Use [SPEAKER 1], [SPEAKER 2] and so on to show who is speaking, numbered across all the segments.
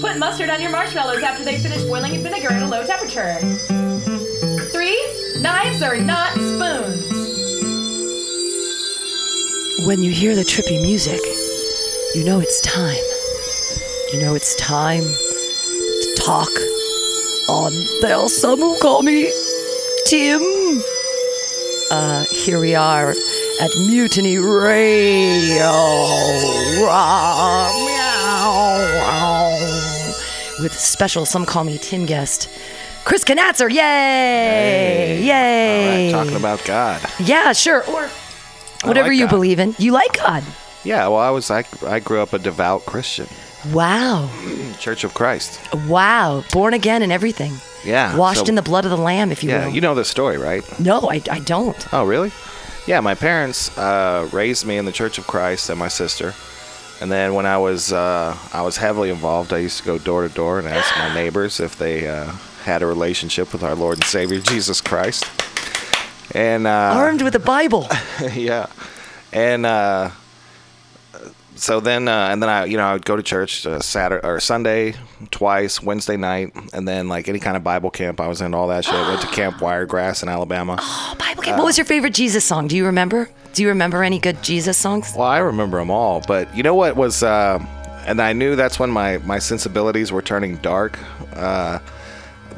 [SPEAKER 1] put mustard on your marshmallows after they finish boiling in vinegar at a low temperature. Three, knives are not spoons.
[SPEAKER 2] When you hear the trippy music, you know it's time. You know it's time to talk on There's Some Who Call Me Tim. Uh, here we are at Mutiny Radio. Rah, meow, wow. With special Some Call Me Tim guest, Chris Knatzer. Yay! Yay!
[SPEAKER 3] All right, talking about God.
[SPEAKER 2] Yeah, sure. Or
[SPEAKER 3] I
[SPEAKER 2] whatever
[SPEAKER 3] like
[SPEAKER 2] you
[SPEAKER 3] God.
[SPEAKER 2] believe in. You like God.
[SPEAKER 3] Yeah, well, I was I, I grew up a devout Christian, Hmm,
[SPEAKER 2] Wow.
[SPEAKER 3] Church of Christ.
[SPEAKER 2] Wow. Born again and everything.
[SPEAKER 3] Yeah,
[SPEAKER 2] Washed
[SPEAKER 3] so-
[SPEAKER 2] in the blood of the Lamb, if you
[SPEAKER 3] Yeah,
[SPEAKER 2] will.
[SPEAKER 3] you know the story, right?
[SPEAKER 2] no, I, I don't.
[SPEAKER 3] Oh, really? Yeah, my parents uh, raised me in the Church of Christ and my sister. And then when I was uh, I was heavily involved, I used to go door to door and ask my neighbors if they uh, had a relationship with our Lord and Savior Jesus Christ. And uh,
[SPEAKER 2] Armed with a Bible.
[SPEAKER 3] yeah and uh so then uh, and then i you know i would go to church uh, saturday or sunday twice wednesday night and then like any kind of bible camp i was in all that shit went to camp wiregrass in alabama
[SPEAKER 2] Oh, Bible
[SPEAKER 3] Uh,
[SPEAKER 2] game. what was your favorite Jesus song? Do you remember? Do you remember any good Jesus songs?
[SPEAKER 3] well i remember them all but you know what was uh and i knew that's when my my sensibilities were turning dark uh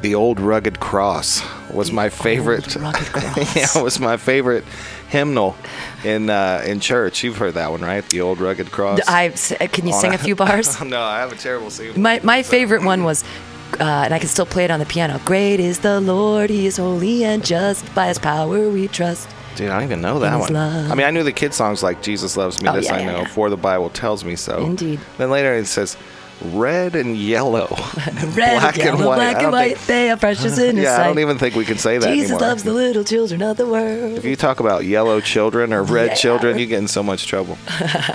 [SPEAKER 3] the old rugged cross was my favorite
[SPEAKER 2] Rugged Cross.
[SPEAKER 3] yeah, it was my favorite hymnal in uh, in church. You've heard that one, right? The old rugged cross.
[SPEAKER 2] I, uh, can you sing a few bars?
[SPEAKER 3] no, I have a terrible singing.
[SPEAKER 2] My, my favorite one was, uh, and I can still play it on the piano. Great is the Lord, He is holy and just. By His power we trust.
[SPEAKER 3] Dude, I don't even know
[SPEAKER 2] In
[SPEAKER 3] that
[SPEAKER 2] His
[SPEAKER 3] one.
[SPEAKER 2] love.
[SPEAKER 3] I mean, I knew the kid songs like "Jesus Loves Me."
[SPEAKER 2] Oh,
[SPEAKER 3] this
[SPEAKER 2] yeah,
[SPEAKER 3] I
[SPEAKER 2] yeah,
[SPEAKER 3] know,
[SPEAKER 2] yeah.
[SPEAKER 3] for the Bible tells me so.
[SPEAKER 2] Indeed.
[SPEAKER 3] Then later it says, "Red and yellow,
[SPEAKER 2] Red,
[SPEAKER 3] black
[SPEAKER 2] yellow,
[SPEAKER 3] and white."
[SPEAKER 2] black and
[SPEAKER 3] I don't
[SPEAKER 2] white,
[SPEAKER 3] think-
[SPEAKER 2] they are precious in His
[SPEAKER 3] yeah,
[SPEAKER 2] sight.
[SPEAKER 3] I don't even think we can say that
[SPEAKER 2] Jesus
[SPEAKER 3] anymore.
[SPEAKER 2] loves the little children of the world.
[SPEAKER 3] if you talk about yellow children or red
[SPEAKER 2] Yeah.
[SPEAKER 3] children, you get in so much trouble.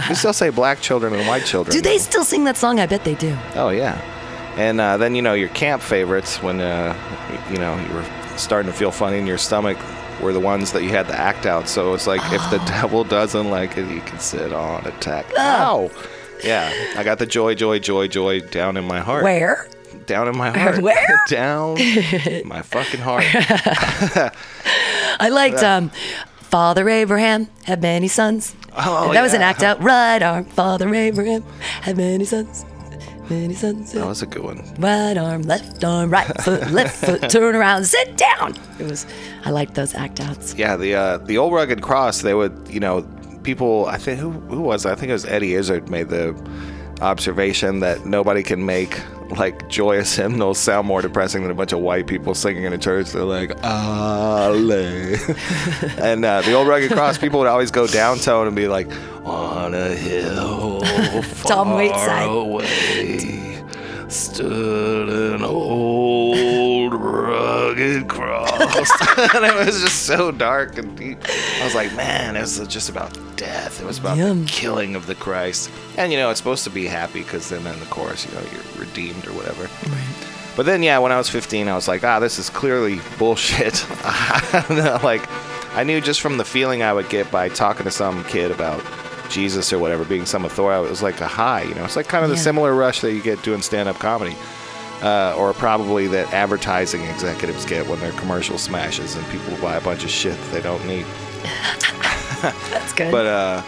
[SPEAKER 3] you still say black children and white children.
[SPEAKER 2] Do they
[SPEAKER 3] though.
[SPEAKER 2] still sing that song? I bet they do.
[SPEAKER 3] Oh yeah, and uh, then you know your camp favorites when uh, you know you were starting to feel funny in your stomach were the ones that you had to act out. So it's like if the devil doesn't like it, you can sit on attack. Ow! Yeah, I got the joy, joy, joy, joy down in my heart.
[SPEAKER 2] Where?
[SPEAKER 3] Down in my heart.
[SPEAKER 2] Where?
[SPEAKER 3] down my fucking heart.
[SPEAKER 2] I liked um, Father Abraham had many sons.
[SPEAKER 3] Oh,
[SPEAKER 2] that was an
[SPEAKER 3] yeah.
[SPEAKER 2] act out. Right arm, Father Abraham had many sons. Many sons.
[SPEAKER 3] That was a good one.
[SPEAKER 2] Right arm, left arm, right foot, left foot, turn around, sit down. It was. I liked those act outs.
[SPEAKER 3] Yeah, the uh, the old rugged cross. They would, you know, people. I think who who was it? I think it was Eddie Izzard made the observation that nobody can make like joyous hymnals sound more depressing than a bunch of white people singing in a church. They're like, Ale. and uh, the old rugged cross. People would always go downtown and be like, on a hill
[SPEAKER 2] Tom
[SPEAKER 3] far
[SPEAKER 2] Waitside.
[SPEAKER 3] away stood an old rugged cross. and it was just so dark and deep. I was like, man, it was just about death. It was about
[SPEAKER 2] Yum.
[SPEAKER 3] the killing of the Christ. And you know, it's supposed to be happy because then in the chorus, you know, you're redeemed or whatever. But then, yeah, when I was 15, I was like, ah, this is clearly bullshit. like, I knew just from the feeling I would get by talking to some kid about Jesus or whatever, being some authority, it was like a high, you know? It's like kind of the
[SPEAKER 2] Yeah.
[SPEAKER 3] similar rush that you get doing stand up comedy, uh, or probably that advertising executives get when their commercial smashes and people buy a bunch of shit that they don't need
[SPEAKER 2] That's good.
[SPEAKER 3] but uh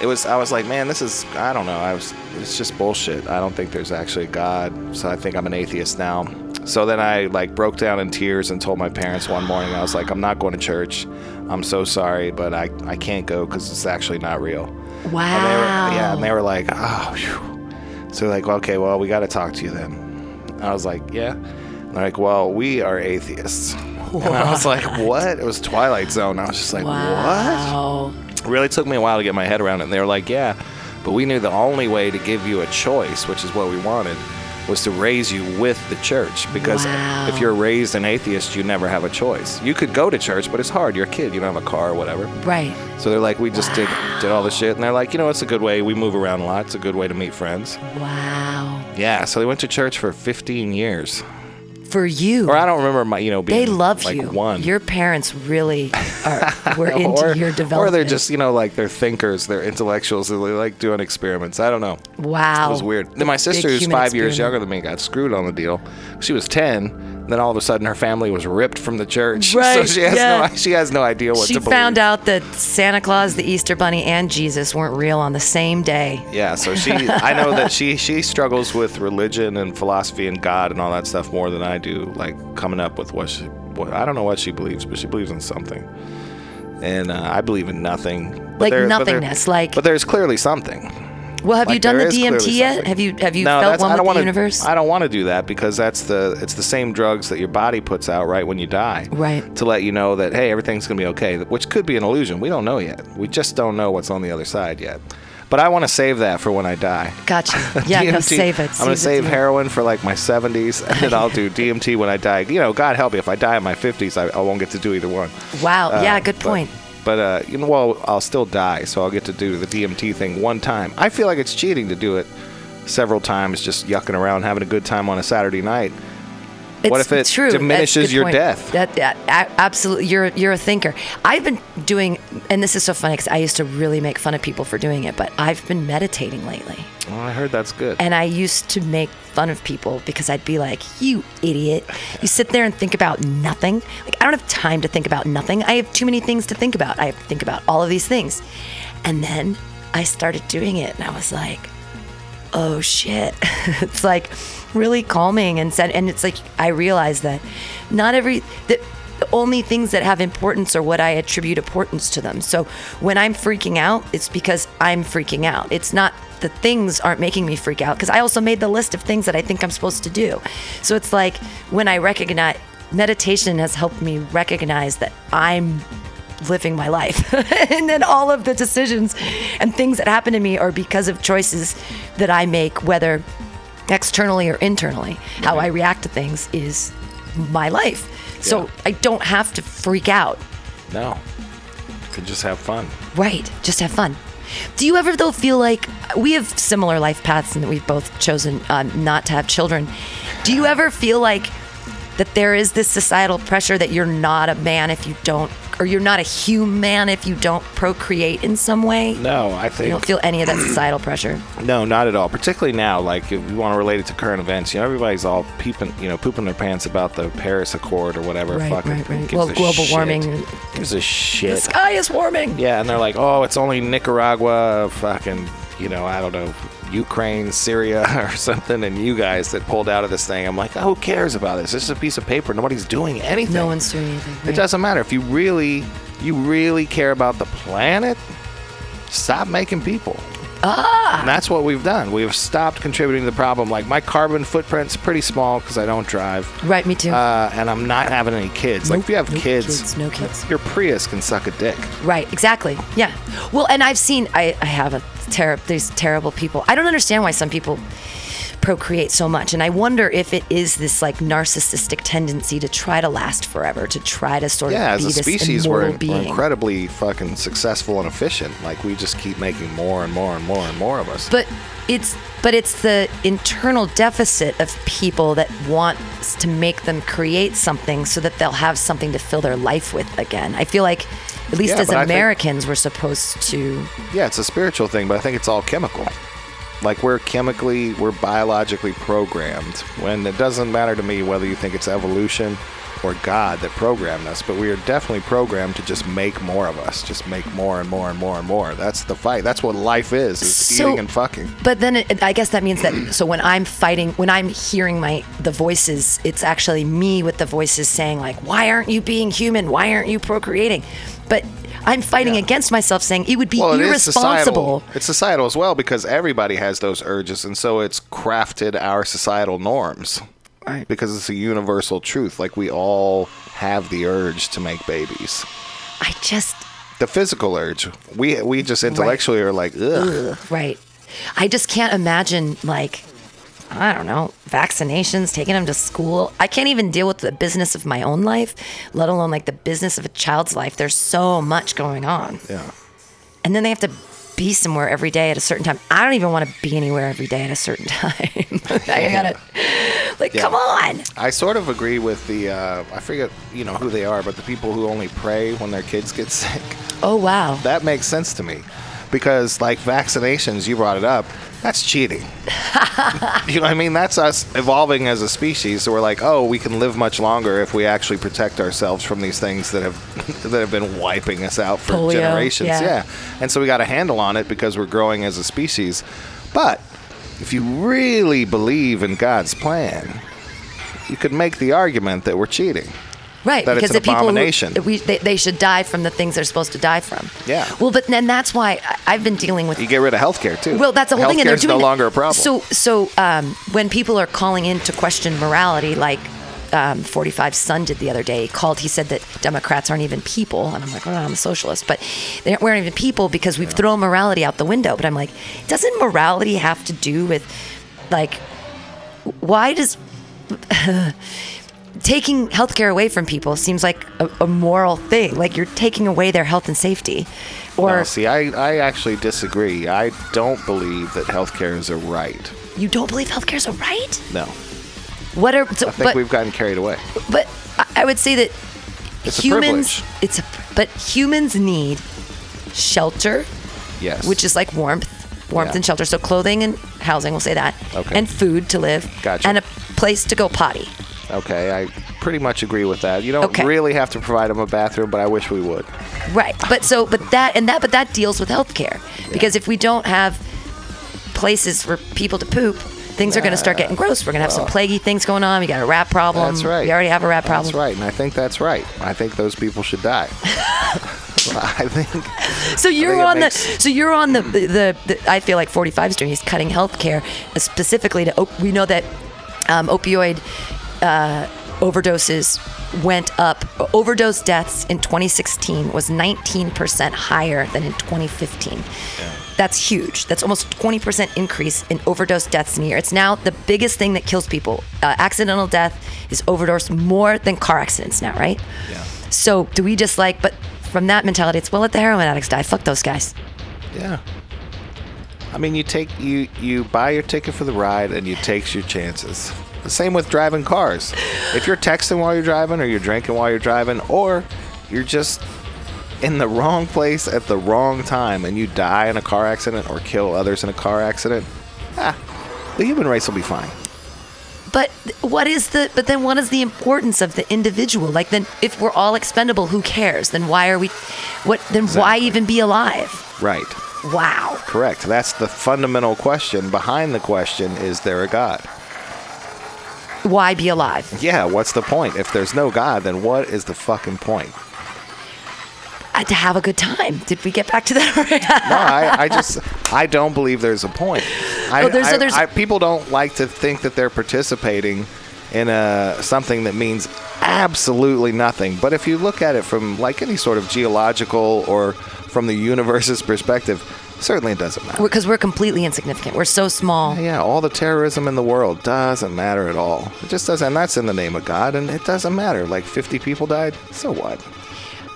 [SPEAKER 3] it was i was like man this is i don't know i was it's just bullshit i don't think there's actually a god so i think i'm an atheist now so then i like broke down in tears and told my parents one morning i was like i'm not going to church i'm so sorry but i i can't go because it's actually not real
[SPEAKER 2] wow.
[SPEAKER 3] and they were, yeah, and they were like, oh, phew. So they're like, okay, well, we got to talk to you then. I was like, yeah. And they're like, well, we are atheists. And I was like, what? It was Twilight Zone. I was just like,
[SPEAKER 2] wow.
[SPEAKER 3] what? Really took me a while to get my head around it. And they were like, yeah, but we knew the only way to give you a choice, which is what we wanted, was to raise you with the church. Because
[SPEAKER 2] Wow.
[SPEAKER 3] if you're raised an atheist, you never have a choice. You could go to church, but it's hard. You're a kid. You don't have a car or whatever.
[SPEAKER 2] Right.
[SPEAKER 3] So they're like, we just did did all this shit, and they're like, you know, it's a good way. We move around a lot. It's a good way to meet friends.
[SPEAKER 2] Wow.
[SPEAKER 3] Yeah. So they went to church for 15 years.
[SPEAKER 2] for you.
[SPEAKER 3] Or I don't remember my, you know, being
[SPEAKER 2] they love
[SPEAKER 3] like
[SPEAKER 2] you.
[SPEAKER 3] one.
[SPEAKER 2] Your parents really are, were into
[SPEAKER 3] or,
[SPEAKER 2] your
[SPEAKER 3] or
[SPEAKER 2] development.
[SPEAKER 3] they're just, you know, like they're thinkers, they're intellectuals, and they like doing experiments. I don't know.
[SPEAKER 2] wow.
[SPEAKER 3] It was weird. Then my sister, who's
[SPEAKER 2] Oh, human
[SPEAKER 3] five years
[SPEAKER 2] experiment.
[SPEAKER 3] younger than me, got screwed on the deal. She was ten. Then all of a sudden, her family was ripped from the church.
[SPEAKER 2] Right,
[SPEAKER 3] So she has
[SPEAKER 2] yeah.
[SPEAKER 3] no she has no idea what
[SPEAKER 2] She
[SPEAKER 3] to believe.
[SPEAKER 2] found out that Santa Claus, the Easter Bunny, and Jesus weren't real on the same day.
[SPEAKER 3] Yeah. So she, I know that she she struggles with religion and philosophy and God and all that stuff more than I do. Like coming up with what she, what I don't know what she believes, but she believes in something. And uh, I believe in nothing. But
[SPEAKER 2] Like
[SPEAKER 3] there- but there-
[SPEAKER 2] nothingness, like-
[SPEAKER 3] But there's clearly something.
[SPEAKER 2] Well, have
[SPEAKER 3] Like,
[SPEAKER 2] you done the
[SPEAKER 3] there is clearly
[SPEAKER 2] DMT yet?
[SPEAKER 3] something.
[SPEAKER 2] Have you have you
[SPEAKER 3] no,
[SPEAKER 2] felt
[SPEAKER 3] that's,
[SPEAKER 2] one with
[SPEAKER 3] I
[SPEAKER 2] the
[SPEAKER 3] don't want to.
[SPEAKER 2] universe?
[SPEAKER 3] I don't want to do that because that's the it's the same drugs that your body puts out right when you die.
[SPEAKER 2] Right.
[SPEAKER 3] To let you know that hey, everything's gonna be okay, which could be an illusion. We don't know yet. We just don't know what's on the other side yet. But I want to save that for when I die.
[SPEAKER 2] Gotcha. Yeah, no, save it.
[SPEAKER 3] I'm
[SPEAKER 2] Save it,
[SPEAKER 3] gonna save
[SPEAKER 2] yeah.
[SPEAKER 3] heroin for like my 70s, and then I'll do DMT when I die. You know, God help me if I die in my 50s, I, I won't get to do either one.
[SPEAKER 2] Wow.
[SPEAKER 3] Uh,
[SPEAKER 2] yeah. Good
[SPEAKER 3] but-
[SPEAKER 2] point.
[SPEAKER 3] But uh, you know, well, I'll still die, so I'll get to do the DMT thing one time. I feel like it's cheating to do it several times, just yucking around, having a good time on a Saturday night. what
[SPEAKER 2] It's
[SPEAKER 3] if it
[SPEAKER 2] true. That's a
[SPEAKER 3] diminishes
[SPEAKER 2] good
[SPEAKER 3] your
[SPEAKER 2] point.
[SPEAKER 3] death?
[SPEAKER 2] That, that a- absolutely. You're you're a thinker. I've been doing, and this is so funny because I used to really make fun of people for doing it, but I've been meditating lately,
[SPEAKER 3] Well, I heard that's good.
[SPEAKER 2] and I used to make fun of people because I'd be like, "You idiot! You sit there and think about nothing. Like I don't have time to think about nothing. I have too many things to think about. I have to think about all of these things." And then I started doing it, and I was like, oh shit it's like really calming and said and it's like i realize that not every that the only things that have importance are what i attribute importance to them so when i'm freaking out it's because i'm freaking out it's not the things aren't making me freak out because i also made the list of things that i think i'm supposed to do so it's like when i recognize meditation has helped me recognize that i'm living my life. and then all of the decisions and things that happen to me are because of choices that I make, whether externally or internally. How I react to things is my life. So
[SPEAKER 3] Yeah.
[SPEAKER 2] I don't have to freak out.
[SPEAKER 3] no, could just have fun.
[SPEAKER 2] Right. Just have fun. Do you ever, though, feel like uh, we have similar life paths and that we've both chosen um, not to have children? Do you ever feel like that there is this societal pressure that you're not a man if you don't, or you're not a human if you don't procreate in some way?
[SPEAKER 3] No, I
[SPEAKER 2] You
[SPEAKER 3] think
[SPEAKER 2] don't feel any of that societal pressure.
[SPEAKER 3] No, not at all. Particularly now, like if you want to relate it to current events, you know, everybody's all peeping, you know, pooping their pants about the Paris Accord or whatever.
[SPEAKER 2] Right,
[SPEAKER 3] fucking
[SPEAKER 2] right,
[SPEAKER 3] who
[SPEAKER 2] right.
[SPEAKER 3] gives
[SPEAKER 2] Well,
[SPEAKER 3] a
[SPEAKER 2] global
[SPEAKER 3] shit?
[SPEAKER 2] warming.
[SPEAKER 3] Gives a
[SPEAKER 2] The
[SPEAKER 3] shit.
[SPEAKER 2] sky is warming.
[SPEAKER 3] Yeah, and they're like, oh, it's only Nicaragua, fucking, you know, I don't know, Ukraine, Syria, or something, and you guys that pulled out of this thing. I'm like, "Oh, who cares about this? This is a piece of paper. Nobody's doing anything.
[SPEAKER 2] No one's doing anything.
[SPEAKER 3] It doesn't matter if you really, you really care about the planet. Stop making people. Ah. And that's what we've done. We have stopped contributing to the problem. Like my carbon footprint's pretty small because I don't drive,
[SPEAKER 2] Right, me too.
[SPEAKER 3] uh, and I'm not having any kids. like if you have
[SPEAKER 2] no
[SPEAKER 3] kids,
[SPEAKER 2] kids, no kids.
[SPEAKER 3] your Prius can suck a dick.
[SPEAKER 2] Right, exactly. Yeah. Well, and I've seen I, I have a ter- these terrible people. I don't understand why some people procreate so much, and I wonder if it is this like narcissistic tendency to try to last forever, to try to sort
[SPEAKER 3] Yeah,
[SPEAKER 2] of
[SPEAKER 3] as
[SPEAKER 2] be
[SPEAKER 3] a
[SPEAKER 2] this
[SPEAKER 3] species, we're,
[SPEAKER 2] immortal
[SPEAKER 3] in- we're
[SPEAKER 2] being.
[SPEAKER 3] incredibly fucking successful and efficient. Like we just keep making more and more and more and more of us.
[SPEAKER 2] but it's but it's the internal deficit of people that want s- to make them create something so that they'll have something to fill their life with again. I feel like at least
[SPEAKER 3] Yeah,
[SPEAKER 2] as
[SPEAKER 3] but I think-
[SPEAKER 2] Americans we're supposed to
[SPEAKER 3] Yeah, it's a spiritual thing, but I think it's all chemical. Like we're chemically, we're biologically programmed. When it doesn't matter to me whether you think it's evolution or God that programmed us, but we are definitely programmed to just make more of us, just make more and more and more and more. That's the fight. That's what life is: is
[SPEAKER 2] So-
[SPEAKER 3] eating and fucking.
[SPEAKER 2] But then it, I guess that means that so when I'm fighting, when I'm hearing my the voices, it's actually me with the voices saying like, "Why aren't you being human? Why aren't you procreating?" But I'm fighting against myself, saying it would be
[SPEAKER 3] Well, it is
[SPEAKER 2] irresponsible.
[SPEAKER 3] societal. It's societal as well because everybody has those urges, and so it's crafted our societal norms.
[SPEAKER 2] Right.
[SPEAKER 3] Because it's a universal truth. Like we all have the urge to make babies.
[SPEAKER 2] I just
[SPEAKER 3] the physical urge. We we just intellectually are like, ugh.
[SPEAKER 2] ugh, right. I just can't imagine like I don't know vaccinations, taking them to school. I can't even deal with the business of my own life, let alone like the business of a child's life. There's so much going on.
[SPEAKER 3] Yeah.
[SPEAKER 2] and then they have to be somewhere every day at a certain time. I don't even want to be anywhere every day at a certain time. I gotta Like,
[SPEAKER 3] Yeah.
[SPEAKER 2] come on.
[SPEAKER 3] I sort of agree with the uh, I forget you know who they are, but the people who only pray when their kids get sick.
[SPEAKER 2] Oh wow.
[SPEAKER 3] That makes sense to me, because like vaccinations, you brought it up. That's cheating. you know, what I mean, that's us evolving as a species. So we're like, oh, we can live much longer if we actually protect ourselves from these things that have that have been wiping us out for
[SPEAKER 2] Polio,
[SPEAKER 3] generations.
[SPEAKER 2] yeah.
[SPEAKER 3] yeah, and so we got a handle on it because we're growing as a species. But if you really believe in God's plan, you could make the argument that we're cheating.
[SPEAKER 2] Right,
[SPEAKER 3] that it's
[SPEAKER 2] because
[SPEAKER 3] an
[SPEAKER 2] the people
[SPEAKER 3] abomination.
[SPEAKER 2] who we, they, they should die from the things they're supposed to die from.
[SPEAKER 3] Yeah.
[SPEAKER 2] Well, but then that's why I, I've been dealing with
[SPEAKER 3] You get rid of healthcare too.
[SPEAKER 2] Well, that's the whole thing, and they're
[SPEAKER 3] Healthcare's
[SPEAKER 2] doing
[SPEAKER 3] no
[SPEAKER 2] that.
[SPEAKER 3] longer a problem.
[SPEAKER 2] So, so um, when people are calling in to question morality, like um, 45 Sun did the other day, he called. He said that Democrats aren't even people, and I'm like, oh, I'm a socialist, but they aren't, we aren't even people because we've thrown morality out the window. But I'm like, doesn't morality have to do with like why does taking healthcare away from people seems like a, a moral thing? Like you're taking away their health and safety, or
[SPEAKER 3] No, see, I, I actually disagree. I don't believe that healthcare is a right.
[SPEAKER 2] you don't believe healthcare's a right?
[SPEAKER 3] No. I
[SPEAKER 2] What are so,
[SPEAKER 3] think
[SPEAKER 2] but,
[SPEAKER 3] we've gotten carried away.
[SPEAKER 2] but I I would say that
[SPEAKER 3] It's a
[SPEAKER 2] humans
[SPEAKER 3] privilege.
[SPEAKER 2] it's a, but humans need shelter,
[SPEAKER 3] Yes.
[SPEAKER 2] which is like warmth, warmth
[SPEAKER 3] Yeah.
[SPEAKER 2] and shelter. So clothing and housing, we'll say that,
[SPEAKER 3] Okay.
[SPEAKER 2] and food to live,
[SPEAKER 3] Gotcha.
[SPEAKER 2] and a place to go potty.
[SPEAKER 3] Okay, I pretty much agree with that. You don't
[SPEAKER 2] Okay.
[SPEAKER 3] really have to provide them a bathroom, but I wish we would.
[SPEAKER 2] Right. But so but that and that but that deals with healthcare because if we don't have places for people to poop, things are going to start getting gross. We're going to have some plaguey things going on. We got a rat problem.
[SPEAKER 3] That's right.
[SPEAKER 2] We already have a rat problem.
[SPEAKER 3] That's right, and I think that's right. I think those people should die. I think
[SPEAKER 2] So you're
[SPEAKER 3] think it
[SPEAKER 2] on
[SPEAKER 3] makes-
[SPEAKER 2] the. So you're on the the, the, the I feel like 45 is doing. He's cutting healthcare uh, specifically to. Op- we know that um, opioid uh, overdoses went up. Overdose deaths in 2016 was 19 percent higher than in 2015. That's huge. That's almost 20% increase in overdose deaths in a year. It's now the biggest thing that kills people. Uh, accidental death is overdose more than car accidents now, right? Yeah. So do we just like, but from that mentality, it's well, let the heroin addicts die. Fuck those guys.
[SPEAKER 3] Yeah. I mean, you take you you buy your ticket for the ride, and you take your chances. The same with driving cars. If you're texting while you're driving, or you're drinking while you're driving, or you're just in the wrong place at the wrong time, and you die in a car accident or kill others in a car accident, ah, the human race will be fine.
[SPEAKER 2] But th- what is the? But then what is the importance of the individual? Like then, if we're all expendable, who cares? Then why are we? What? Then why
[SPEAKER 3] Exactly.
[SPEAKER 2] even be alive?
[SPEAKER 3] Right.
[SPEAKER 2] Wow.
[SPEAKER 3] Correct. That's the fundamental question behind the question: Is there a God?
[SPEAKER 2] Why be alive?
[SPEAKER 3] Yeah. What's the point? If there's no God, then what is the fucking point?
[SPEAKER 2] Uh, to have a good time. Did we get back to that? already?
[SPEAKER 3] no, I, I just I don't believe there's a point. I,
[SPEAKER 2] Oh, there's- so
[SPEAKER 3] I-
[SPEAKER 2] there's-
[SPEAKER 3] I- people don't like to think that they're participating in a something that means absolutely nothing. But if you look at it from like any sort of geological or from the universe's perspective, certainly it doesn't matter.
[SPEAKER 2] Because we're completely insignificant. We're so small.
[SPEAKER 3] Yeah, all the terrorism in the world doesn't matter at all. It just doesn't. And that's in the name of God, and it doesn't matter. Like 50 people died. So what?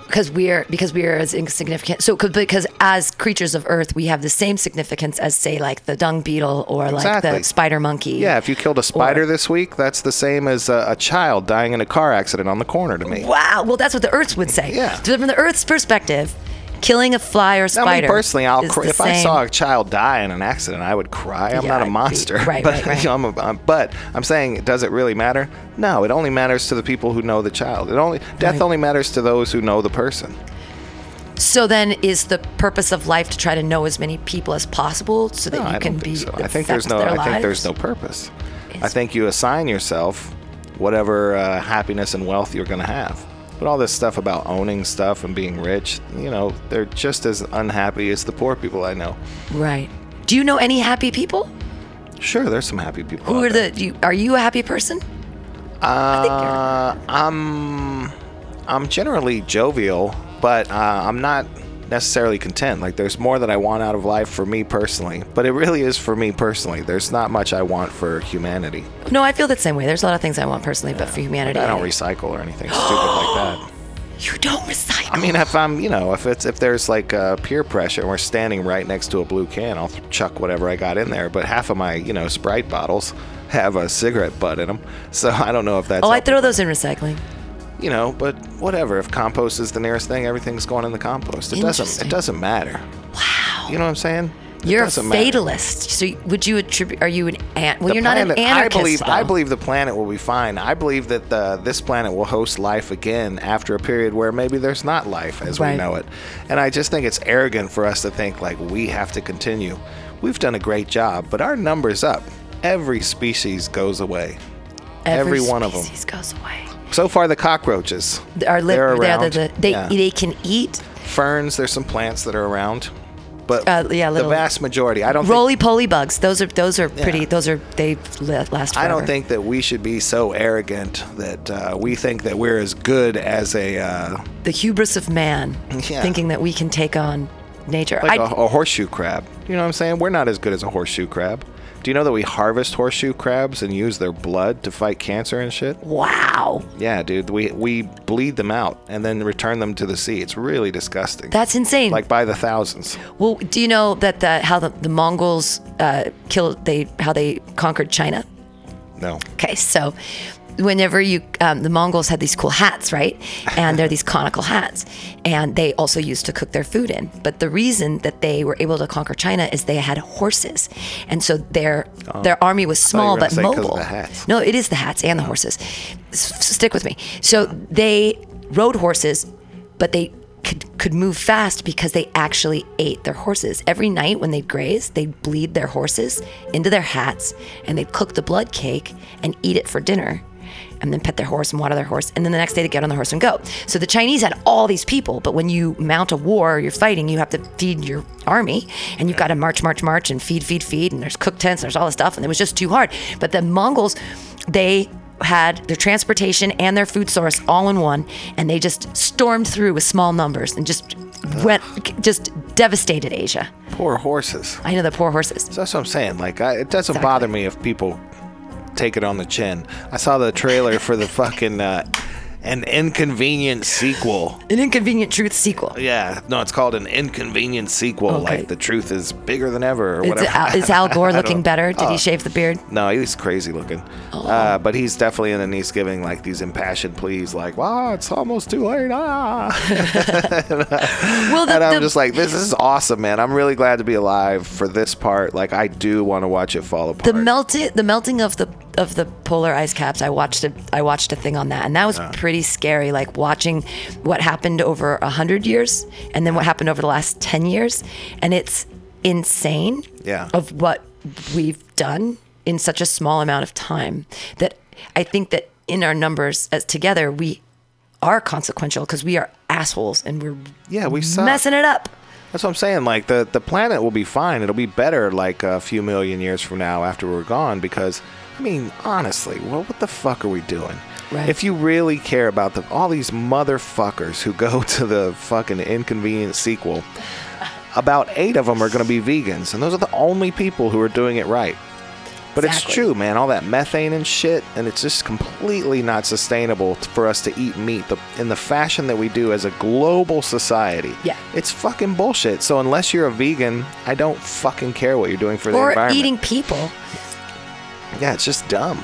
[SPEAKER 2] because we're because we are as insignificant. So 'cause- because as creatures of Earth, we have the same significance as say like the dung beetle or like
[SPEAKER 3] Exactly.
[SPEAKER 2] the spider monkey.
[SPEAKER 3] Yeah, if you killed a spider
[SPEAKER 2] Or-
[SPEAKER 3] this week, that's the same as a, a child dying in a car accident on the corner to me.
[SPEAKER 2] Wow. Well, that's what the Earth would say.
[SPEAKER 3] Yeah.
[SPEAKER 2] So from the Earth's perspective, killing a fly or
[SPEAKER 3] I
[SPEAKER 2] spider.
[SPEAKER 3] mean, personally, I'll
[SPEAKER 2] is
[SPEAKER 3] cr-
[SPEAKER 2] the
[SPEAKER 3] if I saw
[SPEAKER 2] same-
[SPEAKER 3] a child die in an accident, I would cry. I'm
[SPEAKER 2] Yeah,
[SPEAKER 3] not
[SPEAKER 2] I'd
[SPEAKER 3] a
[SPEAKER 2] be-
[SPEAKER 3] monster,
[SPEAKER 2] right,
[SPEAKER 3] but
[SPEAKER 2] right, right.
[SPEAKER 3] you know, I'm a, I'm, but I'm saying, does it really matter? No, it only matters to the people who know the child. It only death only matters to those who know the person.
[SPEAKER 2] So then, is the purpose of life to try to know as many people as possible so that
[SPEAKER 3] No,
[SPEAKER 2] you
[SPEAKER 3] I
[SPEAKER 2] can
[SPEAKER 3] don't
[SPEAKER 2] be?
[SPEAKER 3] think so. I think there's no.
[SPEAKER 2] affect
[SPEAKER 3] I
[SPEAKER 2] their
[SPEAKER 3] think there's no
[SPEAKER 2] lives?
[SPEAKER 3] purpose. I
[SPEAKER 2] It's-
[SPEAKER 3] think you assign yourself whatever uh, happiness and wealth you're going to have. But all this stuff about owning stuff and being rich, you know, they're just as unhappy as the poor people I know.
[SPEAKER 2] Right. Do you know any happy people?
[SPEAKER 3] Sure, there's some happy people.
[SPEAKER 2] Who
[SPEAKER 3] out
[SPEAKER 2] are
[SPEAKER 3] there.
[SPEAKER 2] the? do You, are you a happy person?
[SPEAKER 3] Uh, I'm I'm generally jovial, but uh, I'm not necessarily content. Like there's more that I want out of life for me personally, but it really is for me personally. There's not much I want for humanity.
[SPEAKER 2] No, I feel the same way. There's a lot of things I want personally, but for humanity,
[SPEAKER 3] I don't
[SPEAKER 2] I-
[SPEAKER 3] recycle or anything stupid like that.
[SPEAKER 2] You don't recycle.
[SPEAKER 3] I mean, if I'm, you know, if it's if there's like uh, peer pressure and we're standing right next to a blue can, I'll chuck whatever I got in there. But half of my, you know, Sprite bottles have a cigarette butt in them, so I don't know if that's.
[SPEAKER 2] oh, I
[SPEAKER 3] helping.
[SPEAKER 2] throw those in recycling.
[SPEAKER 3] You know, but whatever. If compost is the nearest thing, everything's going in the compost. It doesn't.
[SPEAKER 2] Interesting.
[SPEAKER 3] It doesn't matter. Wow. You know what I'm saying? It
[SPEAKER 2] You're a
[SPEAKER 3] doesn't matter.
[SPEAKER 2] fatalist. So would you attribute? Are you an ant? Well,
[SPEAKER 3] The
[SPEAKER 2] you're not
[SPEAKER 3] planet-
[SPEAKER 2] an anarchist.
[SPEAKER 3] I believe I
[SPEAKER 2] though.
[SPEAKER 3] believe the planet will be fine. I believe that the, this planet will host life again after a period where maybe there's not life as we
[SPEAKER 2] Right.
[SPEAKER 3] know it. And I just think it's arrogant for us to think like we have to continue. We've done a great job, but our numbers up. Every species goes away. every one of 'em.
[SPEAKER 2] species goes away.
[SPEAKER 3] So far, the cockroaches
[SPEAKER 2] Are li-
[SPEAKER 3] They're
[SPEAKER 2] they're
[SPEAKER 3] around.
[SPEAKER 2] the- the- they
[SPEAKER 3] Yeah.
[SPEAKER 2] they can eat
[SPEAKER 3] ferns. There's some plants that are around, but
[SPEAKER 2] Uh, yeah,
[SPEAKER 3] the
[SPEAKER 2] little-
[SPEAKER 3] vast majority. I don't. think-
[SPEAKER 2] roly poly bugs. Those are those are pretty. Those are they li- last.
[SPEAKER 3] I
[SPEAKER 2] Forever.
[SPEAKER 3] don't think that we should be so arrogant that uh, we think that we're as good as a uh,
[SPEAKER 2] the hubris of man,
[SPEAKER 3] Yeah.
[SPEAKER 2] thinking that we can take on nature.
[SPEAKER 3] like
[SPEAKER 2] I-
[SPEAKER 3] a a horseshoe crab. You know what I'm saying? We're not as good as a horseshoe crab. Do you know that we harvest horseshoe crabs and use their blood to fight cancer and shit?
[SPEAKER 2] wow,
[SPEAKER 3] Yeah, dude, we we bleed them out and then return them to the sea. It's really disgusting.
[SPEAKER 2] that's insane.
[SPEAKER 3] like by the thousands.
[SPEAKER 2] well, do you know that the, how the, the Mongols uh, killed they how they conquered China?
[SPEAKER 3] No.
[SPEAKER 2] Okay, so whenever you, um, the Mongols had these cool hats, right? And they're these conical hats, and they also used to cook their food in. But the reason that they were able to conquer China is they had horses, and so their
[SPEAKER 3] Oh.
[SPEAKER 2] their army was small
[SPEAKER 3] were gonna
[SPEAKER 2] but
[SPEAKER 3] say 'cause of
[SPEAKER 2] mobile.
[SPEAKER 3] the hats.
[SPEAKER 2] No, it is the hats and the horses. S- s- stick with me. So they rode horses, but they could, could move fast because they actually ate their horses. Every night when they'd graze, they'd bleed their horses into their hats and they'd cook the blood cake and eat it for dinner. And then pet their horse and water their horse. And then the next day, they get on the horse and go. So the Chinese had all these people, but when you mount a war, you're fighting, you have to feed your army and you've got to march, march, march and feed, feed, feed. And there's cook tents, and there's all this stuff. And it was just too hard. But the Mongols, they had their transportation and their food source all in one, and they just stormed through with small numbers and just went, just devastated Asia.
[SPEAKER 3] Poor horses.
[SPEAKER 2] I know the poor horses.
[SPEAKER 3] So that's what I'm saying. Like, I, it doesn't bother me if people take it on the chin. I saw the trailer for the fucking uh, an inconvenient sequel.
[SPEAKER 2] An inconvenient truth sequel.
[SPEAKER 3] Yeah, no, it's called an inconvenient sequel.
[SPEAKER 2] Okay.
[SPEAKER 3] Like the truth is bigger than ever, or
[SPEAKER 2] Is
[SPEAKER 3] whatever.
[SPEAKER 2] Al, is Al Gore looking better? Did
[SPEAKER 3] Oh.
[SPEAKER 2] he shave the beard?
[SPEAKER 3] No, he's crazy looking.
[SPEAKER 2] Oh.
[SPEAKER 3] Uh, but he's definitely in and he's giving like these impassioned pleas, like, wow, it's almost too late. Ah.
[SPEAKER 2] Well, the,
[SPEAKER 3] and I'm
[SPEAKER 2] the-
[SPEAKER 3] just like, this is awesome, man. I'm really glad to be alive for this part. Like, I do want to watch it fall apart.
[SPEAKER 2] the melted the melting of the of the polar ice caps i watched a i watched a thing on that and that was pretty scary like watching what happened over a 100 years and then what happened over the last 10 years and it's insane
[SPEAKER 3] Yeah.
[SPEAKER 2] of what we've done in such a small amount of time that i think that in our numbers as together we are consequential because we are assholes and we're
[SPEAKER 3] yeah, we suck.
[SPEAKER 2] messing it up
[SPEAKER 3] That's what I'm saying. Like the the planet will be fine. It'll be better like a few million years from now after we're gone. Because I mean, honestly, well, what the fuck are we doing?
[SPEAKER 2] Right.
[SPEAKER 3] If you really care about the all these motherfuckers who go to the fucking inconvenient sequel, about eight of them are going to be vegans, and those are the only people who are doing it right. But it's
[SPEAKER 2] Exactly.
[SPEAKER 3] true, man. All that methane and shit, and it's just completely not sustainable t- for us to eat meat the, in the fashion that we do as a global society.
[SPEAKER 2] Yeah.
[SPEAKER 3] it's fucking bullshit. So unless you're a vegan, I don't fucking care what you're doing for the
[SPEAKER 2] or
[SPEAKER 3] environment.
[SPEAKER 2] eating people
[SPEAKER 3] Yeah, it's just dumb.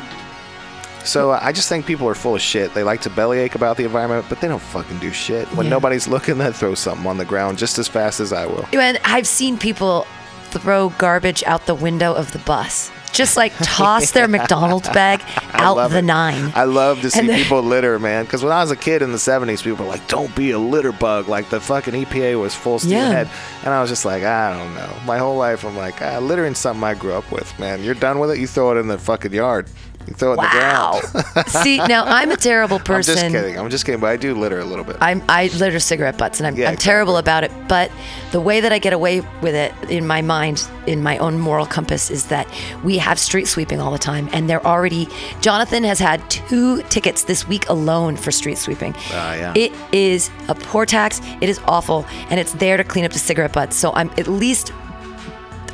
[SPEAKER 3] So uh, I just think people are full of shit. They like to bellyache about the environment, but they don't fucking do shit. When
[SPEAKER 2] Yeah.
[SPEAKER 3] nobody's looking, they throw something on the ground just as fast as I will.
[SPEAKER 2] And I've seen people throw garbage out the window of the bus. Just like toss their McDonald's bag out
[SPEAKER 3] love
[SPEAKER 2] Oh, the
[SPEAKER 3] it.
[SPEAKER 2] nine.
[SPEAKER 3] I love to see
[SPEAKER 2] then-
[SPEAKER 3] people litter, man. Because when I was a kid in the 70s, people were like, don't be a litter bug. Like the fucking EPA was full steam
[SPEAKER 2] Yeah.
[SPEAKER 3] ahead. And I was just like, I don't know. My whole life, I'm like, ah, littering's something I grew up with, man. You're done with it, you throw it in the fucking yard. You throw it in the
[SPEAKER 2] wow.
[SPEAKER 3] ground.
[SPEAKER 2] See, now I'm a terrible
[SPEAKER 3] I'm
[SPEAKER 2] person.
[SPEAKER 3] just kidding. I'm just kidding, but I do litter a little bit.
[SPEAKER 2] I'm, I litter cigarette butts and I'm,
[SPEAKER 3] Yeah,
[SPEAKER 2] I'm terrible about it. But the way that I get away with it in my mind, in my own moral compass, is that we have street sweeping all the time. And they're already, Jonathan has had two tickets this week alone for street sweeping.
[SPEAKER 3] Ah, yeah.
[SPEAKER 2] It is a poor tax. It is awful. And it's there to clean up the cigarette butts. So I'm at least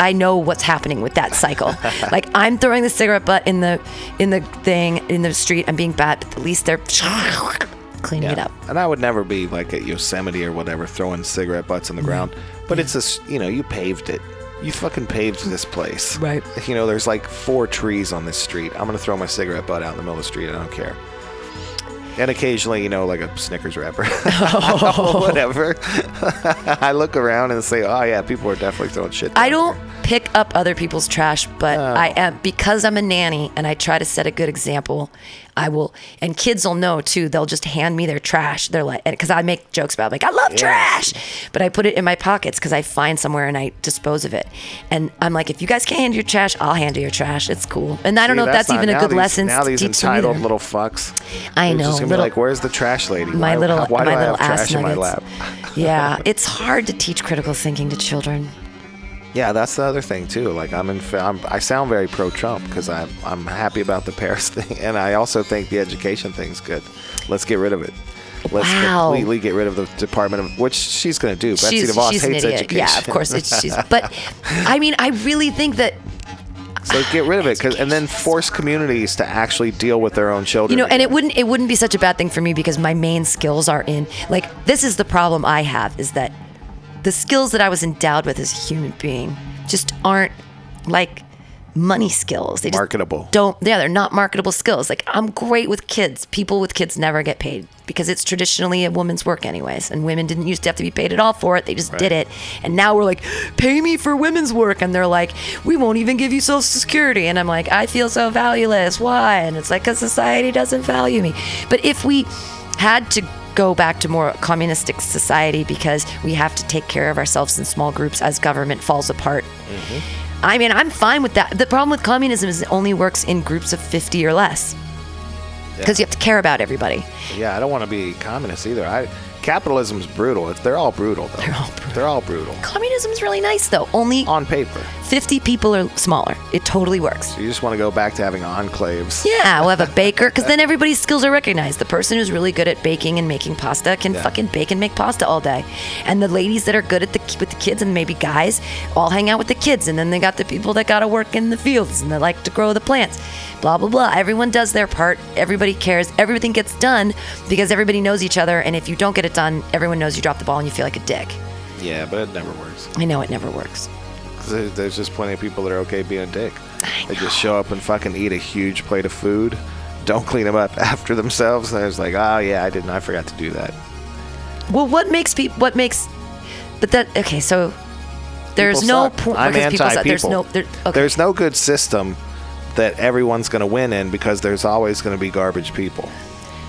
[SPEAKER 2] I know what's happening with that cycle. like I'm throwing the cigarette butt in the in the thing in the street. I'm being bad, but at least they're cleaning it up.
[SPEAKER 3] And I would never be like at Yosemite or whatever throwing cigarette butts
[SPEAKER 2] Mm-hmm.
[SPEAKER 3] on the ground. But it's a, s- you know, you paved it. You fucking paved this place.
[SPEAKER 2] Right.
[SPEAKER 3] You know, there's like four trees on this street. I'm going to throw my cigarette butt out in the middle of the street. I don't care. And occasionally, you know, like a Snickers wrapper.
[SPEAKER 2] Oh.
[SPEAKER 3] whatever. I look around and say, oh, yeah, people are definitely throwing shit.
[SPEAKER 2] I
[SPEAKER 3] down
[SPEAKER 2] don't
[SPEAKER 3] here."
[SPEAKER 2] pick up other people's trash, but
[SPEAKER 3] Oh.
[SPEAKER 2] I am because I'm a nanny and I try to set a good example. I will, and kids will know too. They'll just hand me their trash. They're like, because I make jokes about like I love trash, but I put it in my pockets because I find somewhere and I dispose of it. And I'm like, if you guys can't hand your trash, I'll hand you your trash. It's cool. And I don't know
[SPEAKER 3] See,
[SPEAKER 2] if that's,
[SPEAKER 3] not-
[SPEAKER 2] even a
[SPEAKER 3] now
[SPEAKER 2] good
[SPEAKER 3] these-
[SPEAKER 2] lesson
[SPEAKER 3] Now
[SPEAKER 2] to
[SPEAKER 3] these
[SPEAKER 2] teach them
[SPEAKER 3] entitled
[SPEAKER 2] either.
[SPEAKER 3] little fucks.
[SPEAKER 2] I
[SPEAKER 3] They're
[SPEAKER 2] know,
[SPEAKER 3] Just gonna
[SPEAKER 2] little-
[SPEAKER 3] be like, where's the trash lady?
[SPEAKER 2] my
[SPEAKER 3] why,
[SPEAKER 2] little my
[SPEAKER 3] why do
[SPEAKER 2] little
[SPEAKER 3] I have
[SPEAKER 2] ass
[SPEAKER 3] trash in my
[SPEAKER 2] nuggets.
[SPEAKER 3] lap?
[SPEAKER 2] yeah, it's hard to teach critical thinking to children.
[SPEAKER 3] Yeah, that's the other thing too. Like I'm in, fa- I'm, I sound very pro-Trump because I'm I'm happy about the Paris thing, and I also think the education thing's good. Let's get rid of it. Let's
[SPEAKER 2] Wow.
[SPEAKER 3] completely get rid of the Department of which she's going to do. Betsy
[SPEAKER 2] she's,
[SPEAKER 3] DeVos
[SPEAKER 2] she's
[SPEAKER 3] hates
[SPEAKER 2] an idiot.
[SPEAKER 3] education.
[SPEAKER 2] Yeah, of course it's she's. But I mean, I really think that
[SPEAKER 3] so get rid of it, 'cause- and then force communities to actually deal with their own children.
[SPEAKER 2] you know, and
[SPEAKER 3] again.
[SPEAKER 2] it wouldn't it wouldn't be such a bad thing for me because my main skills are in like this is the problem I have is that the skills that I was endowed with as a human being just aren't like money skills. They just
[SPEAKER 3] Marketable.
[SPEAKER 2] Don't yeah, they're not marketable skills. Like I'm great with kids. People with kids never get paid because it's traditionally a woman's work anyways. And women didn't used to have to be paid at all for it. They just did it. And now we're like, pay me for women's work. And they're like, we won't even give you social security. And I'm like, I feel so valueless. Why? And it's like, because society doesn't value me. But if we had to go back to more communistic society because we have to take care of ourselves in small groups as government falls apart. I mean, I'm fine with that. The problem with communism is it only works in groups of 50 or less because you have to care about everybody.
[SPEAKER 3] Yeah, I don't want to be communist either. I capitalism's brutal. It's, they're all brutal though. They're
[SPEAKER 2] all brutal.
[SPEAKER 3] They're all brutal.
[SPEAKER 2] Communism is really nice, though. Only
[SPEAKER 3] On paper,
[SPEAKER 2] 50 people or smaller. It totally works.
[SPEAKER 3] you just want to go back to having enclaves.
[SPEAKER 2] Yeah, we'll have a baker because then everybody's skills are recognized. The person who's really good at baking and making pasta can
[SPEAKER 3] Yeah.
[SPEAKER 2] fucking bake and make pasta all day, and the ladies that are good at the with the kids and maybe guys all hang out with the kids, and then they got the people that got to work in the fields and they like to grow the plants. Blah blah blah. Everyone does their part. Everybody cares. Everything gets done because everybody knows each other. And if you don't get it done, everyone knows you dropped the ball and you feel like a dick.
[SPEAKER 3] Yeah, but it never works.
[SPEAKER 2] I know it never works.
[SPEAKER 3] 'Cause there- There's just plenty of people that are okay being a dick.
[SPEAKER 2] I
[SPEAKER 3] They
[SPEAKER 2] know.
[SPEAKER 3] just show up and fucking eat a huge plate of food, don't clean them up after themselves, and it's like, oh yeah, I didn't, I forgot to do that.
[SPEAKER 2] Well, what makes people? What makes? But that okay. So there's
[SPEAKER 3] People
[SPEAKER 2] no
[SPEAKER 3] suck.
[SPEAKER 2] point
[SPEAKER 3] I'm
[SPEAKER 2] because people
[SPEAKER 3] anti
[SPEAKER 2] suck.
[SPEAKER 3] people.
[SPEAKER 2] There's no. There, okay.
[SPEAKER 3] There's no good system that everyone's going to win in because there's always going to be garbage people.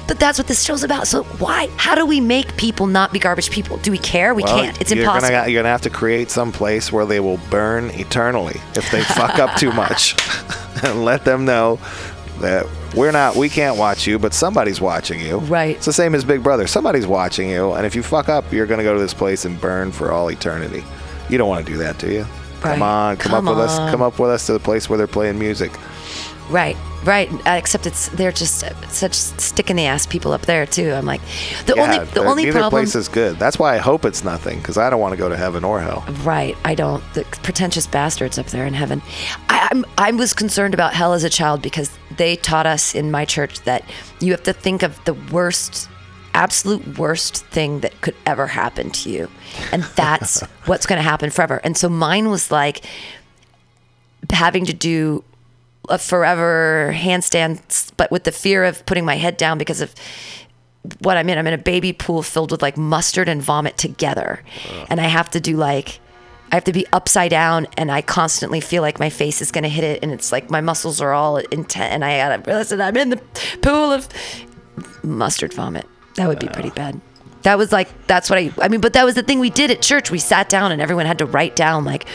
[SPEAKER 2] But that's what this show's about. So why? How do we make people not be garbage people? Do we care? We
[SPEAKER 3] Well,
[SPEAKER 2] can't. It's
[SPEAKER 3] you're
[SPEAKER 2] impossible.
[SPEAKER 3] Gonna, you're gonna have to create some place where they will burn eternally if they fuck up too much, and let them know that we're not, we can't watch you, but somebody's watching you.
[SPEAKER 2] Right.
[SPEAKER 3] It's the same as Big Brother. Somebody's watching you, and if you fuck up, you're gonna go to this place and burn for all eternity. You don't want to do that, do you? Come
[SPEAKER 2] Right.
[SPEAKER 3] on, come,
[SPEAKER 2] Come
[SPEAKER 3] up with us.
[SPEAKER 2] on.
[SPEAKER 3] Come up with us to the place where they're playing music.
[SPEAKER 2] Right, right. Uh, except it's they're just uh, such stick in the ass people up there too. I'm like, the
[SPEAKER 3] Yeah,
[SPEAKER 2] only the
[SPEAKER 3] there-
[SPEAKER 2] only
[SPEAKER 3] neither
[SPEAKER 2] problem.
[SPEAKER 3] place is good. That's why I hope it's nothing, because I don't want to go to heaven or hell.
[SPEAKER 2] Right, I don't. The pretentious bastards up there in heaven. I, I'm I was concerned about hell as a child because they taught us in my church that you have to think of the worst, absolute worst thing that could ever happen to you, and that's what's going to happen forever. And so mine was like having to do a forever handstand, s- but with the fear of putting my head down because of what I'm in. I'm in a baby pool filled with like mustard and vomit together, and I have to do like. I have to be upside down, and I constantly feel like my face is going to hit it, and it's like my muscles are all intent, and I gotta realize that I'm in the pool of mustard vomit. That would be pretty bad. That was like that's what I I mean, but that was the thing we did at church. We sat down and everyone had to write down like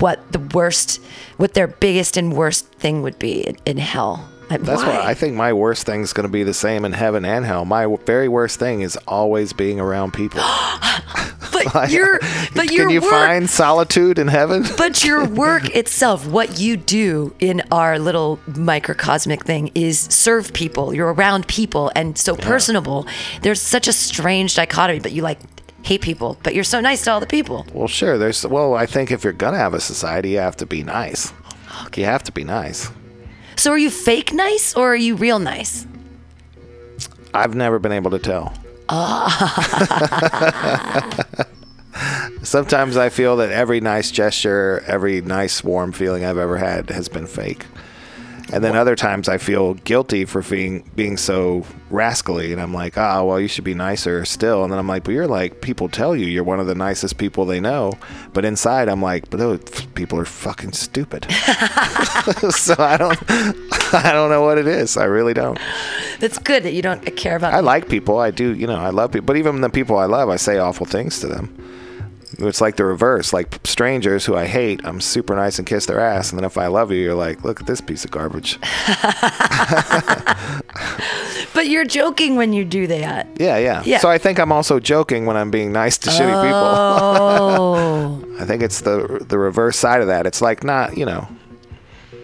[SPEAKER 2] what the worst what their biggest and worst thing would be in, in hell. Like,
[SPEAKER 3] That's why,
[SPEAKER 2] why?
[SPEAKER 3] I think my worst thing is going to be the same in heaven and hell. My w- very worst thing is always being around people.
[SPEAKER 2] But your but your
[SPEAKER 3] Can you
[SPEAKER 2] work
[SPEAKER 3] find solitude in heaven?
[SPEAKER 2] but your work itself, what you do in our little microcosmic thing is serve people. You're around people and so personable. There's such a strange dichotomy, but you like hate people, but you're so nice to all the people.
[SPEAKER 3] well, sure. There's well, I think if you're going to have a society, you have to be nice. You have to be nice.
[SPEAKER 2] So are you fake nice or are you real nice?
[SPEAKER 3] I've never been able to tell. Sometimes I feel that every nice gesture, every nice warm feeling I've ever had has been fake. And then other times I feel guilty for being being so rascally and I'm like, "Ah, well, you should be nicer still." And then I'm like, "But you're like people tell you you're one of the nicest people they know." But inside I'm like, "But those people are fucking stupid." so I don't I don't know what it is. I really don't.
[SPEAKER 2] That's good that you don't care about.
[SPEAKER 3] I like people. I do, you know, I love people. But even the people I love, I say awful things to them. It's like the reverse. Like strangers who I hate, I'm super nice and kiss their ass. And then if I love you, you're like, look at this piece of garbage.
[SPEAKER 2] but you're joking when you do that.
[SPEAKER 3] Yeah, yeah.
[SPEAKER 2] Yeah.
[SPEAKER 3] So I think I'm also joking when I'm being nice to shitty
[SPEAKER 2] Oh.
[SPEAKER 3] people. I think it's the the reverse side of that. It's like not, you know.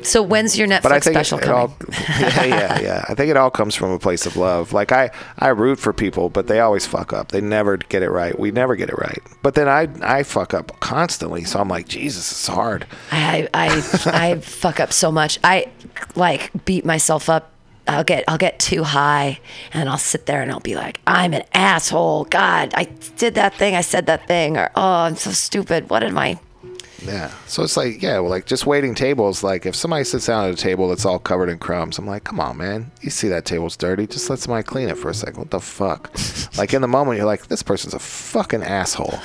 [SPEAKER 2] so when's your Netflix
[SPEAKER 3] But I think
[SPEAKER 2] special
[SPEAKER 3] it, it
[SPEAKER 2] coming?
[SPEAKER 3] all, yeah, yeah, yeah. I think it all comes from a place of love. Like I, I root for people, but they always fuck up. They never get it right. We never get it right. But then I, I fuck up constantly. So I'm like, Jesus, it's hard.
[SPEAKER 2] I I I fuck up so much. I like beat myself up. I'll get I'll get too high and I'll sit there and I'll be like, I'm an asshole. God, I did that thing, I said that thing, or oh I'm so stupid. What am I
[SPEAKER 3] Yeah. So it's like, yeah, well, like just waiting tables. Like if somebody sits down at a table that's all covered in crumbs, I'm like, come on, man. You see that table's dirty. Just let somebody clean it for a second. What the fuck? like in the moment, you're like, this person's a fucking asshole.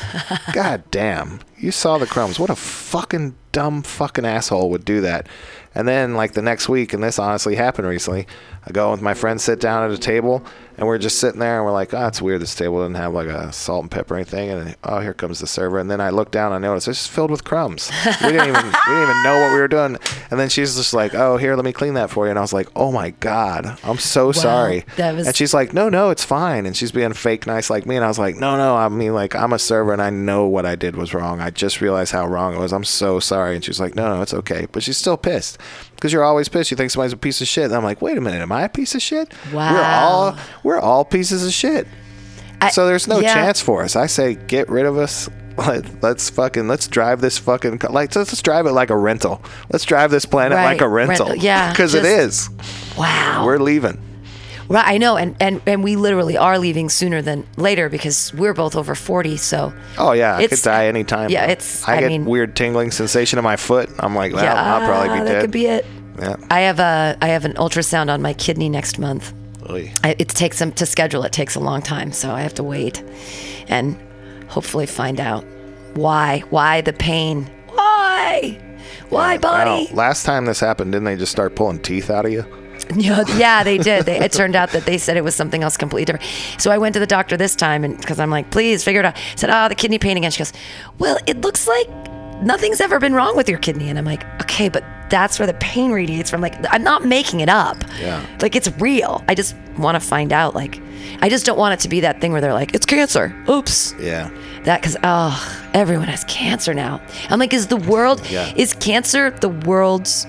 [SPEAKER 3] God damn. You saw the crumbs. What a fucking dumb fucking asshole would do that. And then like the next week, and this honestly happened recently, I go with my friend, sit down at a table, and we're just sitting there, and we're like, oh, it's weird. This table doesn't have like a salt and pepper or anything. And then, oh, here comes the server. And then I look down, I notice it's just filled with crumbs. We didn't even we didn't even know what we were doing. And then she's just like, oh, here, let me clean that for you. And I was like, oh my god, I'm so sorry.
[SPEAKER 2] that was-
[SPEAKER 3] And she's like, no, no, it's fine. And she's being fake nice like me. And I was like, no, no, I mean like I'm a server, and I know what I did was wrong. I just realized how wrong it was. I'm so sorry. And she's like, no, no, it's okay. But she's still pissed. Because you're always pissed. You think somebody's a piece of shit. And I'm like, wait a minute, am I a piece of shit? We're
[SPEAKER 2] Wow.
[SPEAKER 3] all we're all pieces of shit.
[SPEAKER 2] I-
[SPEAKER 3] so there's no
[SPEAKER 2] yeah.
[SPEAKER 3] chance for us. I say get rid of us. Let, let's fucking let's drive this fucking co- like let's, let's drive it like a rental. Let's drive this planet
[SPEAKER 2] Right,
[SPEAKER 3] like a rental.
[SPEAKER 2] rental, yeah,
[SPEAKER 3] because it is.
[SPEAKER 2] Wow.
[SPEAKER 3] We're leaving.
[SPEAKER 2] Right, I know, and, and and we literally are leaving sooner than later because we're both over forty, so
[SPEAKER 3] Oh yeah, I could die anytime.
[SPEAKER 2] Yeah,
[SPEAKER 3] now.
[SPEAKER 2] it's
[SPEAKER 3] I,
[SPEAKER 2] I,
[SPEAKER 3] get
[SPEAKER 2] mean
[SPEAKER 3] weird tingling sensation in my foot. I'm like, well,
[SPEAKER 2] yeah,
[SPEAKER 3] I'll probably be
[SPEAKER 2] Ah, that
[SPEAKER 3] dead.
[SPEAKER 2] could be it.
[SPEAKER 3] yeah.
[SPEAKER 2] I have a I have an ultrasound on my kidney next month.
[SPEAKER 3] Oy.
[SPEAKER 2] I, it takes them to schedule. It takes a long time, so I have to wait, and hopefully find out why why the pain, why, why
[SPEAKER 3] Wow.
[SPEAKER 2] body.
[SPEAKER 3] Last time this happened, didn't they just start pulling teeth out of you?
[SPEAKER 2] Yeah, yeah, they did. They, it turned out that they said it was something else completely different. So I went to the doctor this time, and because I'm like, please figure it out. I said, oh, the kidney pain again. She goes, well, it looks like nothing's ever been wrong with your kidney, and I'm like, okay, but that's where the pain radiates from. Like, I'm not making it up.
[SPEAKER 3] Yeah.
[SPEAKER 2] like it's real. I just want to find out. Like, I just don't want it to be that thing where they're like, it's cancer. Oops
[SPEAKER 3] Yeah.
[SPEAKER 2] that because oh everyone has cancer now i'm like is the world
[SPEAKER 3] Yeah.
[SPEAKER 2] is cancer the world's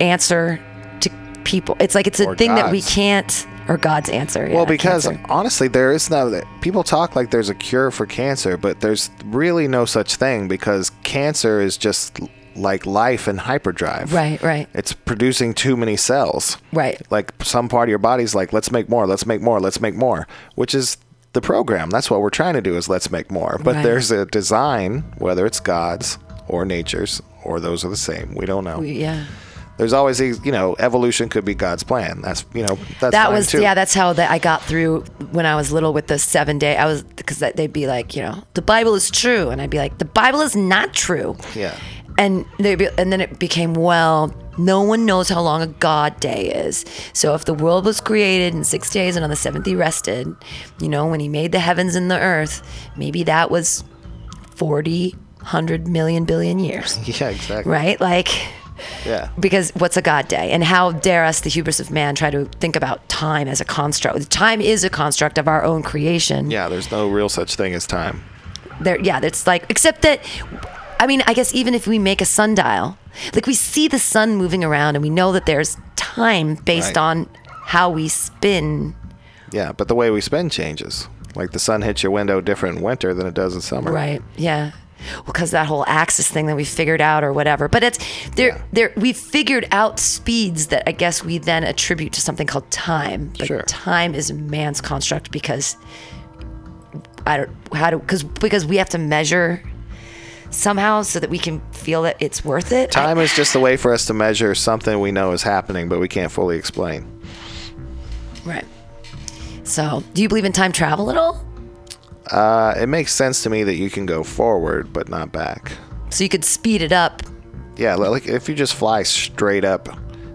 [SPEAKER 2] answer to people it's like it's a
[SPEAKER 3] Or
[SPEAKER 2] thing that we
[SPEAKER 3] God's.
[SPEAKER 2] can't or god's answer yeah,
[SPEAKER 3] Well, because
[SPEAKER 2] cancer.
[SPEAKER 3] honestly, there is no. People talk like there's a cure for cancer, but there's really no such thing because cancer is just l- like life in hyperdrive.
[SPEAKER 2] right right
[SPEAKER 3] It's producing too many cells.
[SPEAKER 2] Right.
[SPEAKER 3] Like some part of your body's like, let's make more, let's make more, let's make more, which is the program. That's what we're trying to do is let's make more. But
[SPEAKER 2] Right.
[SPEAKER 3] there's a design, whether it's God's or nature's or those are the same. We don't know.
[SPEAKER 2] yeah
[SPEAKER 3] There's always these, you know, evolution could be God's plan. That's, you know, that's
[SPEAKER 2] that
[SPEAKER 3] fine
[SPEAKER 2] was
[SPEAKER 3] too.
[SPEAKER 2] yeah that's how that i got through when i was little with the seven day i was because they'd be like you know the bible is true and i'd be like the bible is not true
[SPEAKER 3] Yeah.
[SPEAKER 2] and they be, and then it became well no one knows how long a god day is so if the world was created in six days and on the seventh he rested you know when he made the heavens and the earth maybe that was 40 100 million billion years
[SPEAKER 3] Yeah, exactly.
[SPEAKER 2] right like
[SPEAKER 3] Yeah.
[SPEAKER 2] because what's a god day and how dare us the hubris of man try to think about time as a construct time is a construct of our own creation
[SPEAKER 3] Yeah, there's no real such thing as time.
[SPEAKER 2] there yeah it's like except that i mean i guess even if we make a sundial like we see the sun moving around and we know that there's time based
[SPEAKER 3] Right.
[SPEAKER 2] on how we spin
[SPEAKER 3] Yeah, but the way we spend changes. Like the sun hits your window different in winter than it does in summer.
[SPEAKER 2] right yeah because that whole axis thing that we figured out or whatever. But it's there. There we figured out speeds that I guess we then attribute to something called time. But
[SPEAKER 3] Sure.
[SPEAKER 2] time is man's construct because I don't how do because because we have to measure somehow so that we can feel that it's worth it. I-
[SPEAKER 3] Time is just a way for us to measure something we know is happening, but we can't fully explain.
[SPEAKER 2] right. So, do you believe in time travel at all?
[SPEAKER 3] Uh, it makes sense to me that you can go forward, but not back.
[SPEAKER 2] So you could speed it up.
[SPEAKER 3] Yeah, li- like if you just fly straight up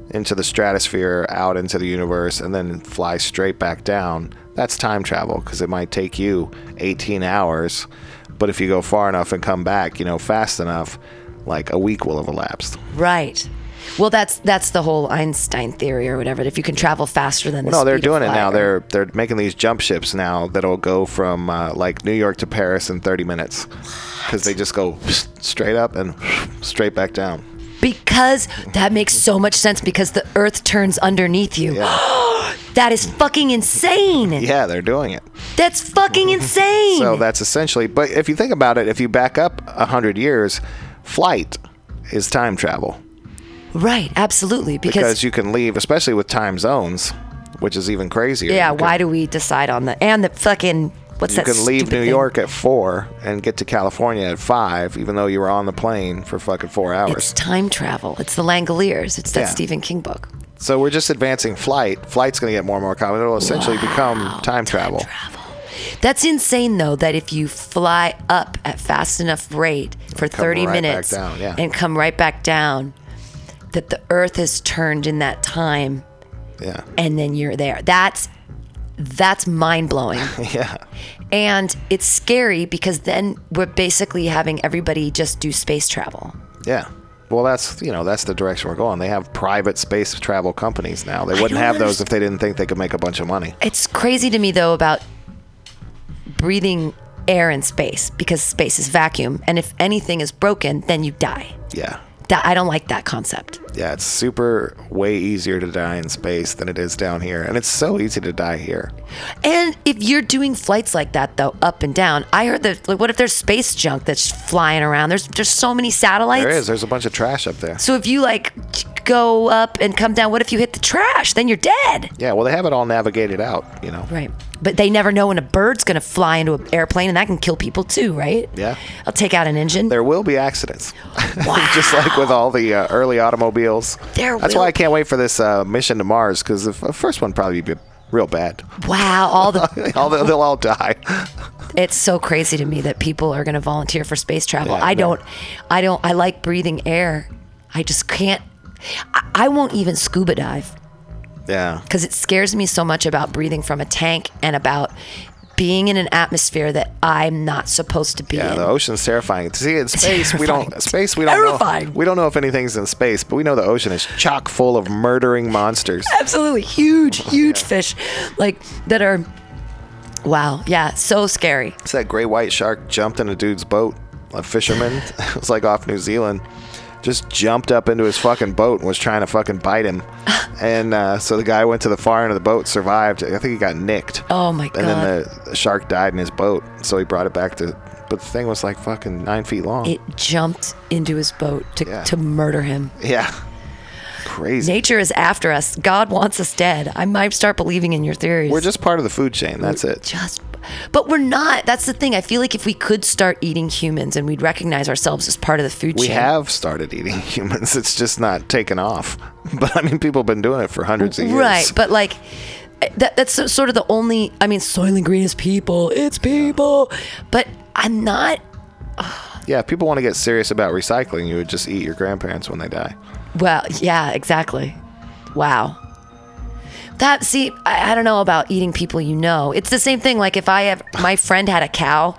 [SPEAKER 3] into the stratosphere, out into the universe, and then fly straight back down, that's time travel because it might take you 18 hours. But if you go far enough and come back, you know, fast enough, like a week will have elapsed.
[SPEAKER 2] Right. Well, that's that's the whole Einstein theory or whatever. If you can travel faster than the
[SPEAKER 3] No, they're
[SPEAKER 2] speed of
[SPEAKER 3] doing it now.
[SPEAKER 2] light.
[SPEAKER 3] They're they're making these jump ships now that'll go from uh, like New York to Paris in 30 minutes because they just go straight up and straight back down.
[SPEAKER 2] because that makes so much sense because the Earth turns underneath you.
[SPEAKER 3] Yeah,
[SPEAKER 2] That is fucking insane.
[SPEAKER 3] yeah, they're doing it.
[SPEAKER 2] That's fucking insane.
[SPEAKER 3] So that's essentially. But if you think about it, if you back up hundred years, flight is time travel
[SPEAKER 2] right, absolutely. Because,
[SPEAKER 3] because you can leave, especially with time zones, which is even crazier.
[SPEAKER 2] yeah,
[SPEAKER 3] You can-
[SPEAKER 2] why do we decide on that? And the fucking what's
[SPEAKER 3] You
[SPEAKER 2] that?
[SPEAKER 3] can leave
[SPEAKER 2] stupid
[SPEAKER 3] New
[SPEAKER 2] thing?
[SPEAKER 3] York at four and get to California at five, even though you were on the plane for fucking four hours.
[SPEAKER 2] It's time travel. It's the Langoliers. It's that
[SPEAKER 3] Yeah.
[SPEAKER 2] Stephen King book.
[SPEAKER 3] So we're just advancing flight. Flight's going to get more and more common. It'll essentially become time travel.
[SPEAKER 2] That's insane, though, that if you fly up at fast enough rate for
[SPEAKER 3] come
[SPEAKER 2] 30
[SPEAKER 3] right back
[SPEAKER 2] minutes
[SPEAKER 3] down, yeah.
[SPEAKER 2] and come right back down, that the Earth has turned in that time,
[SPEAKER 3] yeah.
[SPEAKER 2] and then you're there. That's that's mind blowing,
[SPEAKER 3] Yeah.
[SPEAKER 2] and it's scary because then we're basically having everybody just do space travel.
[SPEAKER 3] Yeah. Well, that's you know that's the direction we're going. They have private space travel companies now. They wouldn't
[SPEAKER 2] don't
[SPEAKER 3] have those if they didn't think they could make a bunch of money.
[SPEAKER 2] It's crazy to me though about breathing air in space because space is vacuum, and if anything is broken, then you die.
[SPEAKER 3] Yeah,
[SPEAKER 2] That I don't like that concept.
[SPEAKER 3] yeah. It's super way easier to die in space than it is down here, and it's so easy to die here.
[SPEAKER 2] And if you're doing flights like that, though, up and down, I heard that. Like, what if there's space junk that's flying around? There's just so many satellites.
[SPEAKER 3] There is. There's a bunch of trash up there.
[SPEAKER 2] So if you like go up and come down, what if you hit the trash? Then you're dead.
[SPEAKER 3] Yeah. Well, they have it all navigated out. You know.
[SPEAKER 2] Right. But they never know when a bird's gonna fly into an airplane, and that can kill people too, right?
[SPEAKER 3] Yeah.
[SPEAKER 2] I'll take out an engine.
[SPEAKER 3] There will be accidents, just like with all the uh, early automobiles.
[SPEAKER 2] There
[SPEAKER 3] That's
[SPEAKER 2] will
[SPEAKER 3] why I can't wait for this uh, mission to Mars because the f- first one probably be real bad.
[SPEAKER 2] wow. All the
[SPEAKER 3] all the, they'll all die.
[SPEAKER 2] it's so crazy to me that people are gonna volunteer for space travel.
[SPEAKER 3] Yeah,
[SPEAKER 2] I
[SPEAKER 3] I know.
[SPEAKER 2] don't. I don't. I like breathing air. I just can't. I, I won't even scuba dive.
[SPEAKER 3] Yeah,
[SPEAKER 2] because it scares me so much about breathing from a tank and about being in an atmosphere that I'm not supposed to be
[SPEAKER 3] yeah.
[SPEAKER 2] in.
[SPEAKER 3] The ocean's terrifying. See, in space we don't
[SPEAKER 2] terrifying.
[SPEAKER 3] space we don't
[SPEAKER 2] Terrifying.
[SPEAKER 3] know. We don't know if anything's in space, but we know the ocean is chock full of murdering monsters.
[SPEAKER 2] Absolutely huge,
[SPEAKER 3] Oh,
[SPEAKER 2] huge fish, like that are. Wow, yeah, so scary.
[SPEAKER 3] It's that great white shark jumped in a dude's boat. A fisherman. it was like off New Zealand. Just jumped up into his fucking boat and was trying to fucking bite him. And uh, so the guy went to the far end of the boat, survived. I think he got nicked.
[SPEAKER 2] Oh my
[SPEAKER 3] And
[SPEAKER 2] God.
[SPEAKER 3] then the shark died in his boat. So he brought it back to. But the thing was like fucking nine feet long.
[SPEAKER 2] It jumped into his boat to,
[SPEAKER 3] Yeah.
[SPEAKER 2] to murder him.
[SPEAKER 3] yeah. Crazy.
[SPEAKER 2] Nature is after us. God wants us dead. I might start believing in your theories.
[SPEAKER 3] We're just part of the food chain. That's it.
[SPEAKER 2] just but we're not that's the thing i feel like if we could start eating humans and we'd recognize ourselves as part of the food
[SPEAKER 3] We
[SPEAKER 2] chain
[SPEAKER 3] have started eating humans. It's just not taken off. But I mean, people have been doing it for hundreds of years.
[SPEAKER 2] Right, but like that, that's so- sort of the only. I mean, soil and green is people. It's people, but I'm not.
[SPEAKER 3] Yeah, if people want to get serious about recycling, you would just eat your grandparents when they die.
[SPEAKER 2] Well, yeah, exactly. Wow. That see, I, I don't know about eating people you know. It's the same thing. Like if I have my friend had a cow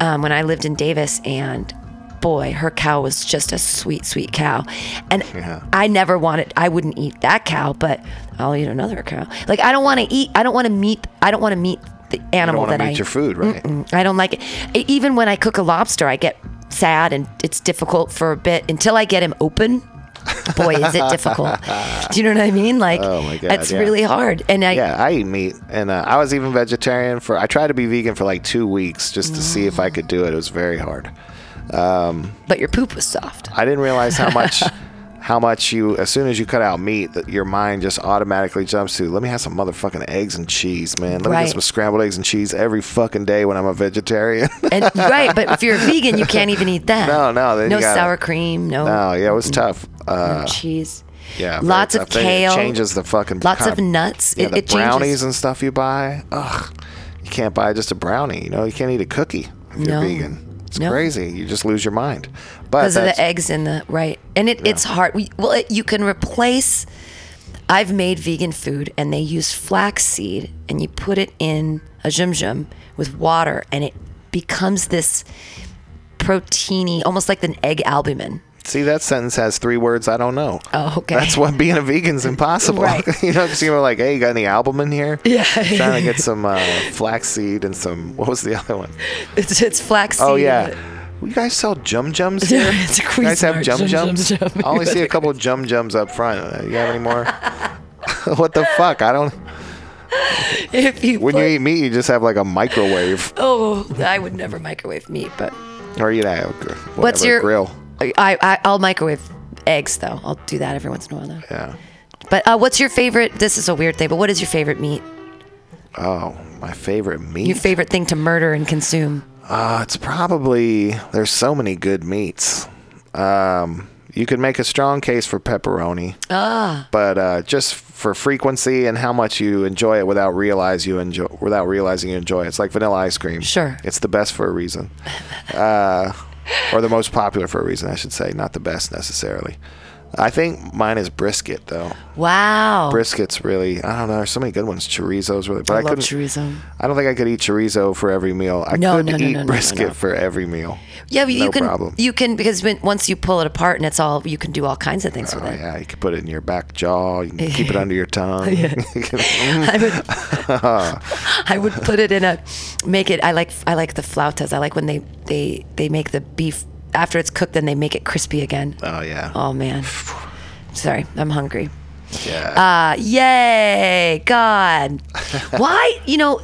[SPEAKER 2] um, when I lived in Davis, and boy, her cow was just a sweet, sweet cow, and
[SPEAKER 3] Yeah.
[SPEAKER 2] I never wanted. I wouldn't eat that cow, but I'll eat another cow. Like I don't want to eat. I don't want to meet. I don't want to meet the
[SPEAKER 3] You don't
[SPEAKER 2] animal
[SPEAKER 3] want to
[SPEAKER 2] that
[SPEAKER 3] meet
[SPEAKER 2] Oh, I
[SPEAKER 3] your food, right?
[SPEAKER 2] I don't like it. E- Even when I cook a lobster, I get sad and it's difficult for a bit until I get him open. Boy, is it difficult. Do you know what I mean? Like,
[SPEAKER 3] Oh my God,
[SPEAKER 2] that's
[SPEAKER 3] yeah.
[SPEAKER 2] really hard. And I,
[SPEAKER 3] Yeah, I eat meat, and uh, I was even vegetarian for. I tried to be vegan for like two weeks just to see if I could do it. It was very hard.
[SPEAKER 2] But your poop was soft.
[SPEAKER 3] I didn't realize how much how much you as soon as you cut out meat that your mind just automatically jumps to let me have some motherfucking eggs and cheese, man. Let me
[SPEAKER 2] Right.
[SPEAKER 3] get some scrambled eggs and cheese every fucking day when I'm a vegetarian.
[SPEAKER 2] And right, but if you're a vegan, you can't even eat that.
[SPEAKER 3] No, no, then
[SPEAKER 2] no
[SPEAKER 3] you gotta-
[SPEAKER 2] sour cream, no,
[SPEAKER 3] oh, yeah, it was tough. Uh,
[SPEAKER 2] cheese.
[SPEAKER 3] yeah, very
[SPEAKER 2] Mm. lots of
[SPEAKER 3] tough. They- it
[SPEAKER 2] kale.
[SPEAKER 3] changes the fucking
[SPEAKER 2] Lots of
[SPEAKER 3] kind
[SPEAKER 2] nuts.
[SPEAKER 3] yeah,
[SPEAKER 2] it,
[SPEAKER 3] the
[SPEAKER 2] it changes.
[SPEAKER 3] brownies and stuff you buy. Ugh, you can't buy just a brownie. You know, you can't eat a cookie if
[SPEAKER 2] No.
[SPEAKER 3] you're vegan. It's
[SPEAKER 2] No.
[SPEAKER 3] crazy. You just lose your mind. But
[SPEAKER 2] because of
[SPEAKER 3] that's-
[SPEAKER 2] the eggs and the right and it, it's hard we, well it, you can replace i've made vegan food and they use flaxseed and you put it in a jum jum with water and it becomes this proteiny almost like an egg albumin
[SPEAKER 3] see, that sentence has three words I don't know.
[SPEAKER 2] oh okay
[SPEAKER 3] That's what being a vegan's impossible.
[SPEAKER 2] Right.
[SPEAKER 3] you know, because you're like, hey, you got any album in here?
[SPEAKER 2] yeah
[SPEAKER 3] Trying to get some uh, flaxseed and some. What was the other one?
[SPEAKER 2] it's, it's flaxseed
[SPEAKER 3] Oh yeah. You guys sell jum jums here?
[SPEAKER 2] uh, It's a
[SPEAKER 3] you guys have
[SPEAKER 2] Cuisinart
[SPEAKER 3] jum
[SPEAKER 2] Jum
[SPEAKER 3] jums?
[SPEAKER 2] Jum
[SPEAKER 3] I
[SPEAKER 2] Jum.
[SPEAKER 3] only see a couple jum jums up front. Uh, You have any more? what the fuck? I don't.
[SPEAKER 2] if you
[SPEAKER 3] When
[SPEAKER 2] put,
[SPEAKER 3] you eat meat, you just have like a microwave,
[SPEAKER 2] oh i would never microwave meat but
[SPEAKER 3] or you know, whatever,
[SPEAKER 2] What's your-
[SPEAKER 3] grill?
[SPEAKER 2] I, I i'll microwave eggs though i'll do that every once in a while though
[SPEAKER 3] Yeah.
[SPEAKER 2] But uh, what's your favorite? This is a weird thing, but what is your favorite meat?
[SPEAKER 3] Oh, my favorite meat.
[SPEAKER 2] Your favorite thing to murder and consume?
[SPEAKER 3] Uh, it's probably there's so many good meats. Um, you could make a strong case for pepperoni, ah. but uh, just for frequency and how much you enjoy it without realize you enjoy without realizing you enjoy it. It's like vanilla ice cream.
[SPEAKER 2] Sure.
[SPEAKER 3] it's the best for a reason, uh, or the most popular for a reason, I should say, not the best necessarily. I think mine is brisket though.
[SPEAKER 2] Wow.
[SPEAKER 3] Brisket's really I don't know. There's so many good ones. Chorizo's really, but I,
[SPEAKER 2] I love
[SPEAKER 3] couldn't.
[SPEAKER 2] chorizo.
[SPEAKER 3] I don't think I could eat chorizo for every meal. I
[SPEAKER 2] No,
[SPEAKER 3] could
[SPEAKER 2] no, no,
[SPEAKER 3] eat
[SPEAKER 2] no, no, no,
[SPEAKER 3] brisket
[SPEAKER 2] no.
[SPEAKER 3] for every meal. Oh,
[SPEAKER 2] Yeah, but you
[SPEAKER 3] no
[SPEAKER 2] can.
[SPEAKER 3] problem.
[SPEAKER 2] You can because when, once you pull it apart and it's all, you can do all kinds of things with
[SPEAKER 3] Oh,
[SPEAKER 2] it.
[SPEAKER 3] yeah, you can put it in your back jaw. You can keep it under your tongue. You can- mm-hmm.
[SPEAKER 2] I would, I would put it in a, make it. I like, I like the flautas. I like when they, they, they make the beef after it's cooked, then they make it crispy again.
[SPEAKER 3] oh yeah.
[SPEAKER 2] Oh man, sorry, I'm hungry.
[SPEAKER 3] yeah.
[SPEAKER 2] Uh, yay, God. Why, you know,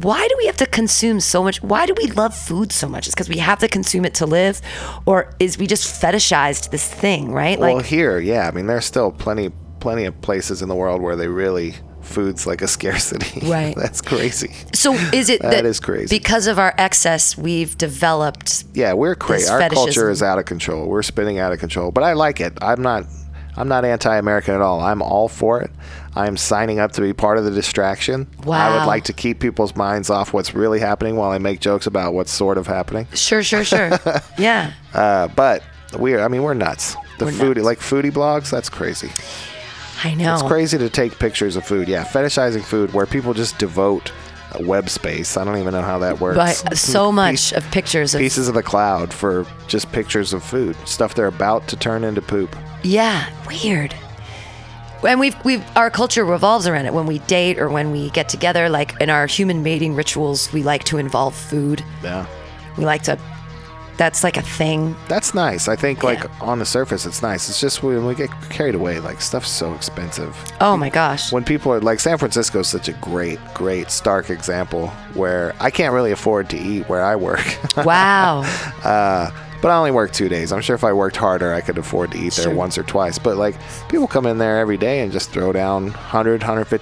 [SPEAKER 2] why do we have to consume so much? Why do we love food so much? It's because we have to consume it to live, or is we just fetishized this thing, right?
[SPEAKER 3] well,
[SPEAKER 2] like,
[SPEAKER 3] here, yeah. I mean, there's still plenty, plenty of places in the world where they really food's like a scarcity.
[SPEAKER 2] Right.
[SPEAKER 3] That's crazy.
[SPEAKER 2] so is it
[SPEAKER 3] That is crazy.
[SPEAKER 2] Because of our excess, we've developed.
[SPEAKER 3] Yeah, we're crazy.
[SPEAKER 2] This
[SPEAKER 3] Our culture
[SPEAKER 2] fetishism.
[SPEAKER 3] is out of control. We're spinning out of control. But I like it. I'm not. I'm not anti-American at all. I'm all for it. I'm signing up to be part of the distraction. I would
[SPEAKER 2] Wow.
[SPEAKER 3] like to keep people's minds off what's really happening while I make jokes about what's sort of happening.
[SPEAKER 2] Sure, sure, sure. yeah.
[SPEAKER 3] Uh, but we're, I mean, we're nuts. The
[SPEAKER 2] We're
[SPEAKER 3] food,
[SPEAKER 2] nuts. Oh.
[SPEAKER 3] like foodie blogs, that's crazy.
[SPEAKER 2] I know.
[SPEAKER 3] It's crazy to take pictures of food. Yeah, fetishizing food where people just devote uh, web space. I don't even know how that works.
[SPEAKER 2] But so much of pictures of.
[SPEAKER 3] Pieces of the cloud for just pictures of food, stuff they're about to turn into poop.
[SPEAKER 2] Yeah, weird. And we've we've our culture revolves around it when we date or when we get together. Like in our human mating rituals, we like to involve food.
[SPEAKER 3] Yeah.
[SPEAKER 2] We like to. That's like a thing.
[SPEAKER 3] That's nice. I think, like,
[SPEAKER 2] Yeah.
[SPEAKER 3] on the surface, it's nice. It's just when we get carried away, like, stuff's so expensive.
[SPEAKER 2] Oh my gosh.
[SPEAKER 3] when people are like San Francisco is such a great, great stark example where I can't really afford to eat where I work.
[SPEAKER 2] Wow.
[SPEAKER 3] uh, but I only work two days. I'm sure if I worked harder, I could afford to eat there
[SPEAKER 2] Sure.
[SPEAKER 3] once or twice. But like people come in there every day and just throw down 100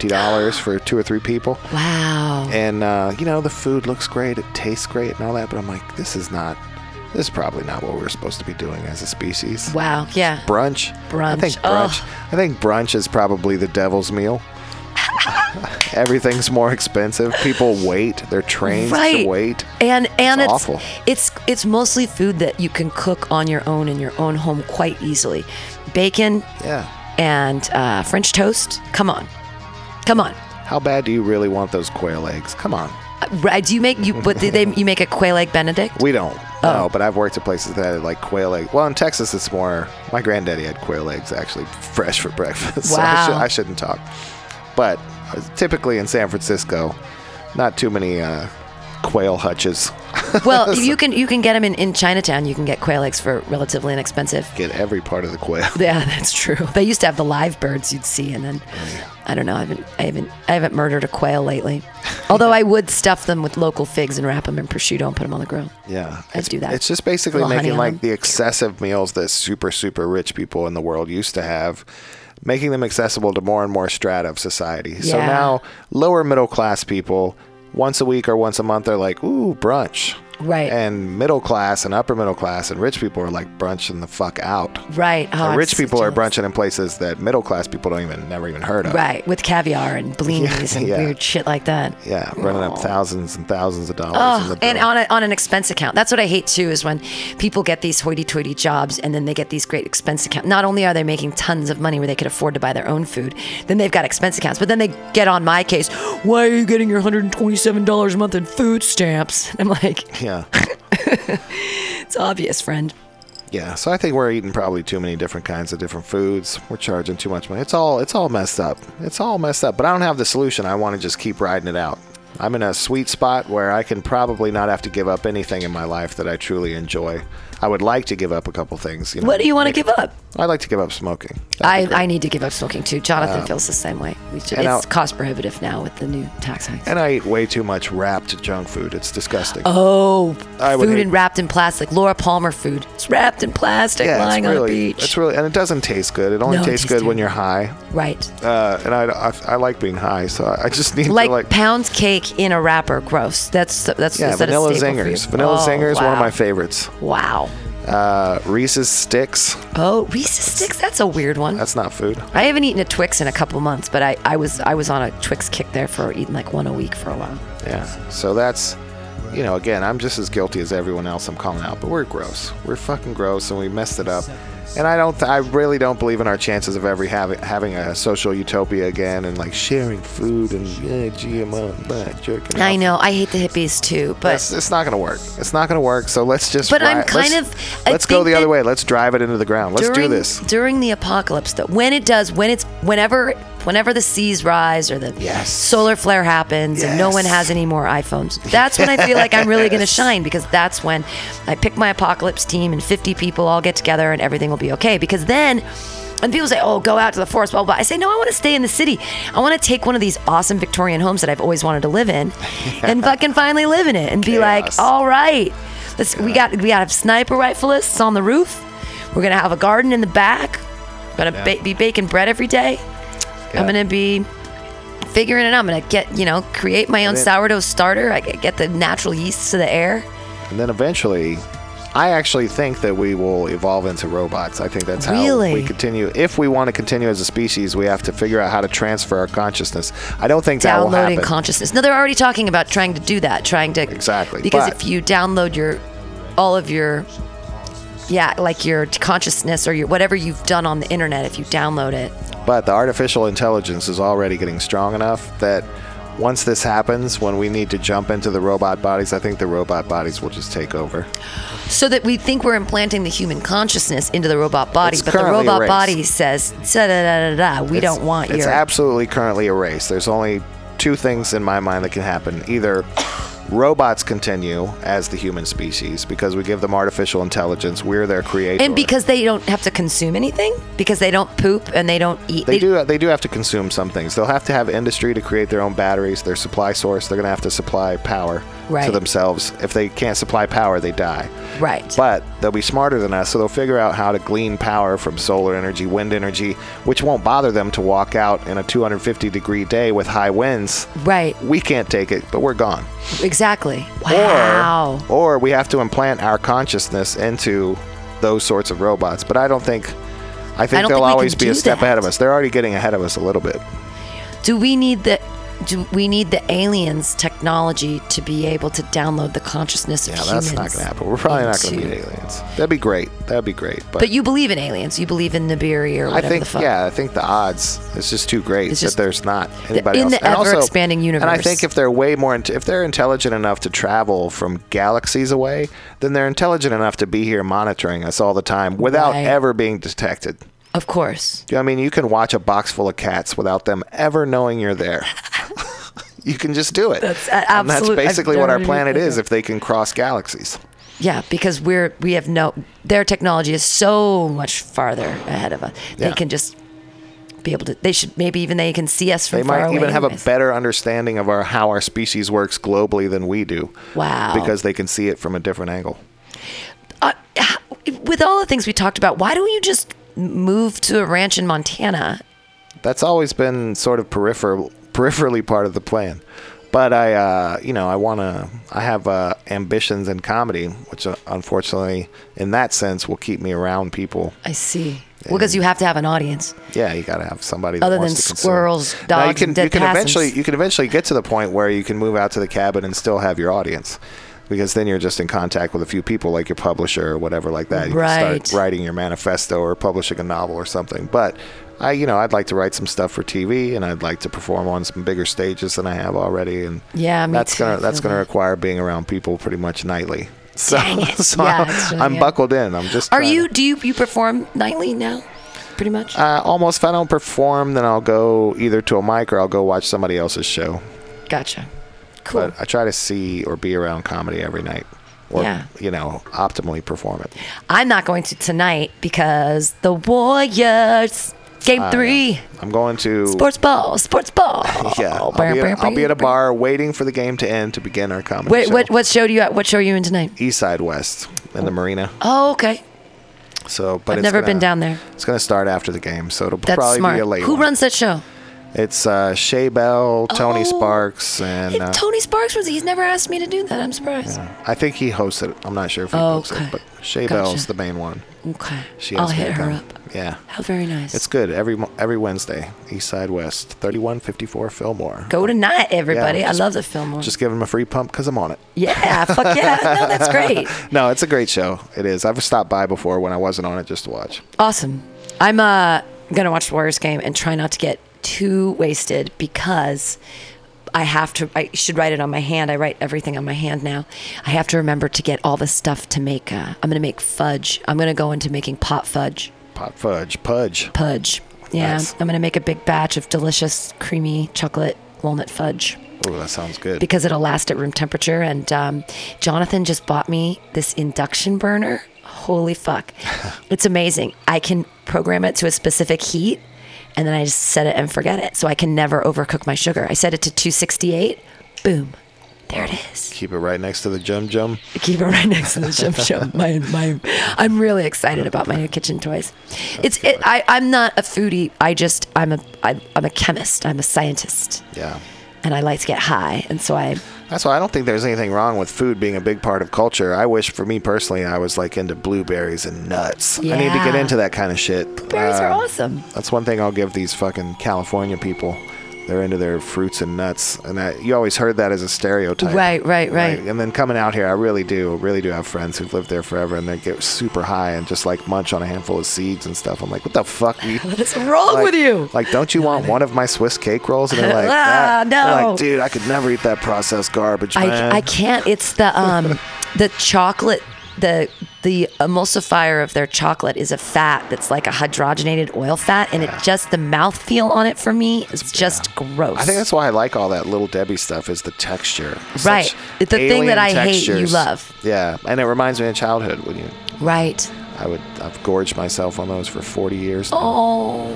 [SPEAKER 3] dollars for two or three people.
[SPEAKER 2] Wow.
[SPEAKER 3] And uh, you know the food looks great, it tastes great, and all that. But I'm like, this is not. This is probably not what we're supposed to be doing as a species.
[SPEAKER 2] Wow. Yeah.
[SPEAKER 3] Brunch. I
[SPEAKER 2] Brunch.
[SPEAKER 3] think brunch. I think brunch is probably the devil's meal. Everything's more expensive. People wait. They're trained
[SPEAKER 2] Right.
[SPEAKER 3] to wait.
[SPEAKER 2] And and it's,
[SPEAKER 3] It's awful.
[SPEAKER 2] it's it's mostly food that you can cook on your own in your own home quite easily. Bacon
[SPEAKER 3] Yeah.
[SPEAKER 2] and uh, French toast. Come on. Come on.
[SPEAKER 3] How bad do you really want those quail eggs? Come on.
[SPEAKER 2] I do you make you but they, they you make a quail egg benedict?
[SPEAKER 3] We don't. No, but I've worked at places that had like quail egg. Well, in Texas, it's more. My granddaddy had quail eggs actually fresh for breakfast. so I,
[SPEAKER 2] Wow.
[SPEAKER 3] should, I shouldn't talk. But uh, typically in San Francisco, not too many uh, quail hutches
[SPEAKER 2] Well, you can you can get them in, in Chinatown. You can get quail eggs for relatively inexpensive.
[SPEAKER 3] get every part of the quail.
[SPEAKER 2] Yeah, that's true. They used to
[SPEAKER 3] Mm.
[SPEAKER 2] have the live birds you'd see, and then I don't know. I haven't I haven't I haven't murdered a quail lately. Although I would stuff them with local figs and wrap them in prosciutto and put them on the grill.
[SPEAKER 3] Yeah,
[SPEAKER 2] I'd
[SPEAKER 3] it's,
[SPEAKER 2] do that.
[SPEAKER 3] It's just basically
[SPEAKER 2] little honey
[SPEAKER 3] making
[SPEAKER 2] on
[SPEAKER 3] like
[SPEAKER 2] them.
[SPEAKER 3] the excessive meals that super super rich people in the world used to have, making them accessible to more and more strata of society. So
[SPEAKER 2] Yeah.
[SPEAKER 3] now lower middle class people once a week or once a month they're like, "Ooh, brunch."
[SPEAKER 2] Right.
[SPEAKER 3] And middle class and upper middle class and rich people are like brunching the fuck out.
[SPEAKER 2] Right. Oh,
[SPEAKER 3] And
[SPEAKER 2] I'm
[SPEAKER 3] rich
[SPEAKER 2] so
[SPEAKER 3] people are
[SPEAKER 2] jealous.
[SPEAKER 3] brunching in places that middle class people don't even never even heard of.
[SPEAKER 2] Right, with caviar and blinis and
[SPEAKER 3] yeah.
[SPEAKER 2] weird shit like that.
[SPEAKER 3] Yeah, running up thousands and thousands of dollars. in
[SPEAKER 2] Oh,
[SPEAKER 3] the
[SPEAKER 2] and
[SPEAKER 3] bill.
[SPEAKER 2] on, a, on an expense account. That's what I hate too is when people get these hoity toity jobs and then they get these great expense accounts. Not only are they making tons of money where they could afford to buy their own food, then they've got expense accounts, but then they get on my case. Why are you getting your $127 a month in food stamps? I'm like,
[SPEAKER 3] yeah.
[SPEAKER 2] it's obvious, friend.
[SPEAKER 3] Yeah, so I think we're eating probably too many different kinds of different foods. We're charging too much money. It's all it's all messed up. It's all messed up. But I don't have the solution. I want to just keep riding it out. I'm in a sweet spot where I can probably not have to give up anything in my life that I truly enjoy. I would like to give up a couple things. You know?
[SPEAKER 2] What do you want to give up?
[SPEAKER 3] I'd like to give up smoking.
[SPEAKER 2] I, I need to give up smoking too. Jonathan feels the same way. We should,
[SPEAKER 3] Uh, and
[SPEAKER 2] it's
[SPEAKER 3] I'll-
[SPEAKER 2] cost prohibitive now with the new tax hikes.
[SPEAKER 3] And I eat way too much wrapped junk food. It's disgusting.
[SPEAKER 2] Oh,
[SPEAKER 3] I would
[SPEAKER 2] food
[SPEAKER 3] hate-
[SPEAKER 2] and wrapped in plastic. Laura Palmer food. It's wrapped in plastic, lying
[SPEAKER 3] it's
[SPEAKER 2] on
[SPEAKER 3] really,
[SPEAKER 2] the beach.
[SPEAKER 3] It's really, and it doesn't taste good. It only
[SPEAKER 2] No, it
[SPEAKER 3] tastes
[SPEAKER 2] tastes
[SPEAKER 3] good when
[SPEAKER 2] terrible.
[SPEAKER 3] you're high.
[SPEAKER 2] right.
[SPEAKER 3] Uh, and I, I, I like being high, so I I just need
[SPEAKER 2] Like,
[SPEAKER 3] to like
[SPEAKER 2] pound cake in a wrapper. Gross. That's that's
[SPEAKER 3] Yeah,
[SPEAKER 2] is that a
[SPEAKER 3] vanilla
[SPEAKER 2] staple for you?
[SPEAKER 3] zingers. Vanilla
[SPEAKER 2] Oh,
[SPEAKER 3] zingers, one of
[SPEAKER 2] wow.
[SPEAKER 3] my favorites.
[SPEAKER 2] Wow.
[SPEAKER 3] Uh, Reese's sticks.
[SPEAKER 2] Oh, Reese's sticks. That's a weird one.
[SPEAKER 3] That's not food.
[SPEAKER 2] I haven't eaten a Twix in a couple months, but I, I was I was on a Twix kick there for eating like one a week for a while.
[SPEAKER 3] Yeah. So that's, you know, again, I'm just as guilty as everyone else. I'm calling out, but we're gross. We're fucking gross, and we messed it up. And I don't. Th- I really don't believe in our chances of ever having having a social utopia again, and like sharing food and yeah, GMO, and that jerking.
[SPEAKER 2] I
[SPEAKER 3] off.
[SPEAKER 2] know. I hate the hippies too, but
[SPEAKER 3] It's, it's not gonna work. It's not gonna work. So let's just.
[SPEAKER 2] But I'm
[SPEAKER 3] ri-
[SPEAKER 2] kind
[SPEAKER 3] let's-
[SPEAKER 2] of- I
[SPEAKER 3] Let's go
[SPEAKER 2] think
[SPEAKER 3] the other
[SPEAKER 2] that
[SPEAKER 3] way. Let's drive it into the ground. Let's
[SPEAKER 2] during,
[SPEAKER 3] do this.
[SPEAKER 2] during the apocalypse though when it does when it's whenever whenever the seas rise or the
[SPEAKER 3] Yes.
[SPEAKER 2] solar flare happens and no one
[SPEAKER 3] Yes.
[SPEAKER 2] has any more iphones that's when i feel like i'm really going to shine because that's when i pick my apocalypse team and 50 people all get together and everything will be okay because then and people say, "Oh, go out to the forest." Blah blah. blah. I say, "No, I want to stay in the city. I want to take one of these awesome Victorian homes that I've always wanted to live in, and fucking finally live in it, and be like,
[SPEAKER 3] Chaos.
[SPEAKER 2] all right, let's, we got we got sniper rifleists on the roof. We're gonna have a garden in the back. Gonna ba- be baking bread every day.
[SPEAKER 3] Yeah.
[SPEAKER 2] I'm gonna be figuring it out. I'm gonna get you know create my own
[SPEAKER 3] then-
[SPEAKER 2] sourdough starter. I get- get the natural yeasts of the air.
[SPEAKER 3] And then eventually, I actually think that we will evolve into robots. I think that's how
[SPEAKER 2] Really?
[SPEAKER 3] we continue. If we want to continue as a species, we have to figure out how to transfer our consciousness. I don't think that will
[SPEAKER 2] downloading
[SPEAKER 3] happen.
[SPEAKER 2] consciousness. No, they're already talking about trying to do that, trying to
[SPEAKER 3] Exactly,
[SPEAKER 2] because
[SPEAKER 3] but-
[SPEAKER 2] if you download your all of your yeah, like your consciousness or your whatever you've done on the internet, if you download it,
[SPEAKER 3] but the artificial intelligence is already getting strong enough that once this happens, when we need to jump into the robot bodies, I think the robot bodies will just take over.
[SPEAKER 2] so that we think we're implanting the human consciousness into the robot body,
[SPEAKER 3] It's
[SPEAKER 2] but the
[SPEAKER 3] currently
[SPEAKER 2] robot
[SPEAKER 3] erased.
[SPEAKER 2] body says da da da da. We
[SPEAKER 3] It's-
[SPEAKER 2] don't want
[SPEAKER 3] It's
[SPEAKER 2] your
[SPEAKER 3] absolutely currently erased. There's only two things in my mind that can happen. Either robots continue as the human species because we give them artificial intelligence. We're their creator.
[SPEAKER 2] And because they don't have to consume anything, because they don't poop and they don't eat.
[SPEAKER 3] they do, they do have to consume some things. They'll have to have industry to create their own batteries, their supply source. They're going to have to supply power to
[SPEAKER 2] Right.
[SPEAKER 3] themselves. If they can't supply power, they die.
[SPEAKER 2] Right.
[SPEAKER 3] But they'll be smarter than us, so they'll figure out how to glean power from solar energy, wind energy, which won't bother them to walk out in a 250 degree day with high winds.
[SPEAKER 2] Right.
[SPEAKER 3] We can't take it, but we're gone.
[SPEAKER 2] Exactly. Wow.
[SPEAKER 3] Or, or we have to implant our consciousness into those sorts of robots. But I don't think. I think
[SPEAKER 2] I don't
[SPEAKER 3] they'll
[SPEAKER 2] think we
[SPEAKER 3] always
[SPEAKER 2] can
[SPEAKER 3] be a
[SPEAKER 2] do
[SPEAKER 3] step
[SPEAKER 2] that.
[SPEAKER 3] ahead of us. They're already getting ahead of us a little bit.
[SPEAKER 2] do we need the? Do we need the aliens' technology to be able to download the consciousness of
[SPEAKER 3] Yeah,
[SPEAKER 2] humans?
[SPEAKER 3] that's not going to happen. We're probably not going to
[SPEAKER 2] into-
[SPEAKER 3] meet aliens. That'd be great. That'd be great. But,
[SPEAKER 2] But you believe in aliens. You believe in Nibiri or
[SPEAKER 3] I
[SPEAKER 2] whatever
[SPEAKER 3] think,
[SPEAKER 2] the fuck.
[SPEAKER 3] yeah, I think the odds it's just too great
[SPEAKER 2] It's just-
[SPEAKER 3] that there's not anybody
[SPEAKER 2] in
[SPEAKER 3] else.
[SPEAKER 2] the
[SPEAKER 3] And also-
[SPEAKER 2] ever-expanding
[SPEAKER 3] And I
[SPEAKER 2] universe.
[SPEAKER 3] think if they're way more, int- if they're intelligent enough to travel from galaxies away, then they're intelligent enough to be here monitoring us all the time without
[SPEAKER 2] Right.
[SPEAKER 3] ever being detected.
[SPEAKER 2] Of course.
[SPEAKER 3] You know what I mean, you can watch a box full of cats without them ever knowing you're there. you can just do it.
[SPEAKER 2] That's a-
[SPEAKER 3] and that's
[SPEAKER 2] absolute- I've
[SPEAKER 3] basically what
[SPEAKER 2] never
[SPEAKER 3] our
[SPEAKER 2] even
[SPEAKER 3] planet
[SPEAKER 2] thought of
[SPEAKER 3] is
[SPEAKER 2] that.
[SPEAKER 3] if they can cross galaxies.
[SPEAKER 2] Yeah, because we're we have no. Their technology is so much farther ahead of us.
[SPEAKER 3] Yeah.
[SPEAKER 2] They can just be able to. They should maybe even they can see us from
[SPEAKER 3] They
[SPEAKER 2] far
[SPEAKER 3] might
[SPEAKER 2] away.
[SPEAKER 3] even have a
[SPEAKER 2] anyways.
[SPEAKER 3] better understanding of our how our species works globally than we do.
[SPEAKER 2] Wow.
[SPEAKER 3] Because they can see it from a different angle.
[SPEAKER 2] uh, how- with all the things we talked about, why don't you just move to a ranch in Montana?
[SPEAKER 3] That's always been sort of peripheral, peripherally part of the plan. But I, uh, you know, I want to. I have uh, ambitions in comedy, which uh, unfortunately, in that sense, will keep me around people.
[SPEAKER 2] I see. Well, because you have to have an audience.
[SPEAKER 3] Yeah, you gotta have somebody. That
[SPEAKER 2] Other
[SPEAKER 3] wants
[SPEAKER 2] than
[SPEAKER 3] to consume.
[SPEAKER 2] squirrels,
[SPEAKER 3] Now, you
[SPEAKER 2] dogs,
[SPEAKER 3] can,
[SPEAKER 2] and dead
[SPEAKER 3] you can
[SPEAKER 2] peasants.
[SPEAKER 3] eventually you can eventually get to the point where you can move out to the cabin and still have your audience, because then you're just in contact with a few people, like your publisher or whatever, like that. You can
[SPEAKER 2] Right.
[SPEAKER 3] start writing your manifesto or publishing a novel or something. But I, you know, I'd like to write some stuff for TV, and I'd like to perform on some bigger stages than I have already. And
[SPEAKER 2] Yeah, me
[SPEAKER 3] that's
[SPEAKER 2] too, I
[SPEAKER 3] gonna that's
[SPEAKER 2] feel
[SPEAKER 3] gonna
[SPEAKER 2] that.
[SPEAKER 3] require being around people pretty much nightly. So,
[SPEAKER 2] Dang it.
[SPEAKER 3] so
[SPEAKER 2] Yeah,
[SPEAKER 3] I'm,
[SPEAKER 2] it's really-
[SPEAKER 3] I'm
[SPEAKER 2] yeah.
[SPEAKER 3] buckled in. I'm just.
[SPEAKER 2] Are
[SPEAKER 3] trying to-
[SPEAKER 2] you? Do you you perform nightly now? Pretty much.
[SPEAKER 3] uh, almost if I don't perform, then I'll go either to a mic or I'll go watch somebody else's show.
[SPEAKER 2] gotcha. Cool.
[SPEAKER 3] But I try to see or be around comedy every night, or
[SPEAKER 2] Yeah.
[SPEAKER 3] you know, optimally perform it.
[SPEAKER 2] I'm not going to tonight because the Warriors game three
[SPEAKER 3] I'm going to
[SPEAKER 2] sports Oh, ball sports ball.
[SPEAKER 3] Yeah, I'll be, at, I'll be at a bar waiting for the game to end to begin our comedy
[SPEAKER 2] Wait,
[SPEAKER 3] show.
[SPEAKER 2] what what show do you at? What show are you in tonight?
[SPEAKER 3] East Side West in the marina.
[SPEAKER 2] Oh, okay.
[SPEAKER 3] So, but
[SPEAKER 2] I've
[SPEAKER 3] it's
[SPEAKER 2] never
[SPEAKER 3] gonna-
[SPEAKER 2] been down there.
[SPEAKER 3] It's going to start after the game, so it'll
[SPEAKER 2] That's
[SPEAKER 3] probably
[SPEAKER 2] smart.
[SPEAKER 3] be a late
[SPEAKER 2] Who
[SPEAKER 3] one.
[SPEAKER 2] runs that show?
[SPEAKER 3] It's uh, Shea Bell, Tony
[SPEAKER 2] Oh.
[SPEAKER 3] Sparks, and
[SPEAKER 2] Hey,
[SPEAKER 3] uh,
[SPEAKER 2] Tony Sparks was. He's never asked me to do that. I'm surprised.
[SPEAKER 3] I think he hosts it. I'm not sure if he
[SPEAKER 2] Oh,
[SPEAKER 3] books
[SPEAKER 2] okay.
[SPEAKER 3] it, but Shea
[SPEAKER 2] Gotcha.
[SPEAKER 3] Bell's the main one.
[SPEAKER 2] Okay.
[SPEAKER 3] She
[SPEAKER 2] I'll
[SPEAKER 3] asked me
[SPEAKER 2] hit
[SPEAKER 3] to
[SPEAKER 2] her
[SPEAKER 3] come.
[SPEAKER 2] up.
[SPEAKER 3] Yeah.
[SPEAKER 2] How very nice.
[SPEAKER 3] It's good every mo- every Wednesday, East Side West, 3154 Fillmore.
[SPEAKER 2] Go tonight, everybody.
[SPEAKER 3] just-
[SPEAKER 2] I love the film.
[SPEAKER 3] Just give them a free pump because I'm on it.
[SPEAKER 2] yeah, fuck yeah. No, that's great.
[SPEAKER 3] No, it's a great show. It is. I've stopped by before when I wasn't on it just to watch.
[SPEAKER 2] Awesome. I'm uh gonna watch the Warriors game and try not to get too wasted because I have to. I should write it on my hand. I write everything on my hand now. I have to remember to get all the stuff to make. Uh, I'm gonna make fudge. I'm gonna go into making pot fudge.
[SPEAKER 3] Pot fudge, pudge.
[SPEAKER 2] Pudge. Yeah,
[SPEAKER 3] Nice.
[SPEAKER 2] I'm gonna make a big batch of delicious, creamy chocolate walnut fudge
[SPEAKER 3] Oh, that sounds good.
[SPEAKER 2] because it'll last at room temperature. And um, Jonathan just bought me this induction burner. Holy fuck. It's amazing. I can program it to a specific heat and then I just set it and forget it. So I can never overcook my sugar. I set it to 268. Boom. There it is.
[SPEAKER 3] Keep it right next to the jum jum.
[SPEAKER 2] I keep it right next to the chef show. My, my, I'm really excited about my new kitchen toys. It's it, I, I'm not a foodie. I just I'm a I, I'm a chemist. I'm a scientist,
[SPEAKER 3] Yeah.
[SPEAKER 2] and I like to get high. And so I
[SPEAKER 3] That's why I don't think there's anything wrong with food being a big part of culture. I wish for me personally, I was like into blueberries and nuts. I need to get
[SPEAKER 2] Yeah.
[SPEAKER 3] into that kind of shit.
[SPEAKER 2] berries are
[SPEAKER 3] Uh,
[SPEAKER 2] awesome.
[SPEAKER 3] That's one thing I'll give these fucking California people. They're into their fruits and nuts, and I, you always heard that as a stereotype.
[SPEAKER 2] Right, right, right.
[SPEAKER 3] And then coming out here, I really do, really do have friends who've lived there forever, and they get super high and just like munch on a handful of seeds and stuff. I'm like, what the fuck? You,
[SPEAKER 2] What's wrong
[SPEAKER 3] like-
[SPEAKER 2] with you?
[SPEAKER 3] Like, don't you want one of my Swiss cake rolls? And they're like,
[SPEAKER 2] Ah,
[SPEAKER 3] "That-" They're
[SPEAKER 2] no.
[SPEAKER 3] like, dude, I could never eat that processed garbage, man.
[SPEAKER 2] I, I can't. It's the um the chocolate the the emulsifier of their chocolate is a fat that's like a hydrogenated oil fat, and it just the mouthfeel on it for me is just gross.
[SPEAKER 3] I think that's why I like all that little Debbie stuff is the texture. Such
[SPEAKER 2] Right. The thing
[SPEAKER 3] alien
[SPEAKER 2] that I hate, you
[SPEAKER 3] textures.
[SPEAKER 2] love.
[SPEAKER 3] Yeah, and it reminds me of childhood when you
[SPEAKER 2] right.
[SPEAKER 3] I would I've gorged myself on those for 40 years.
[SPEAKER 2] Oh.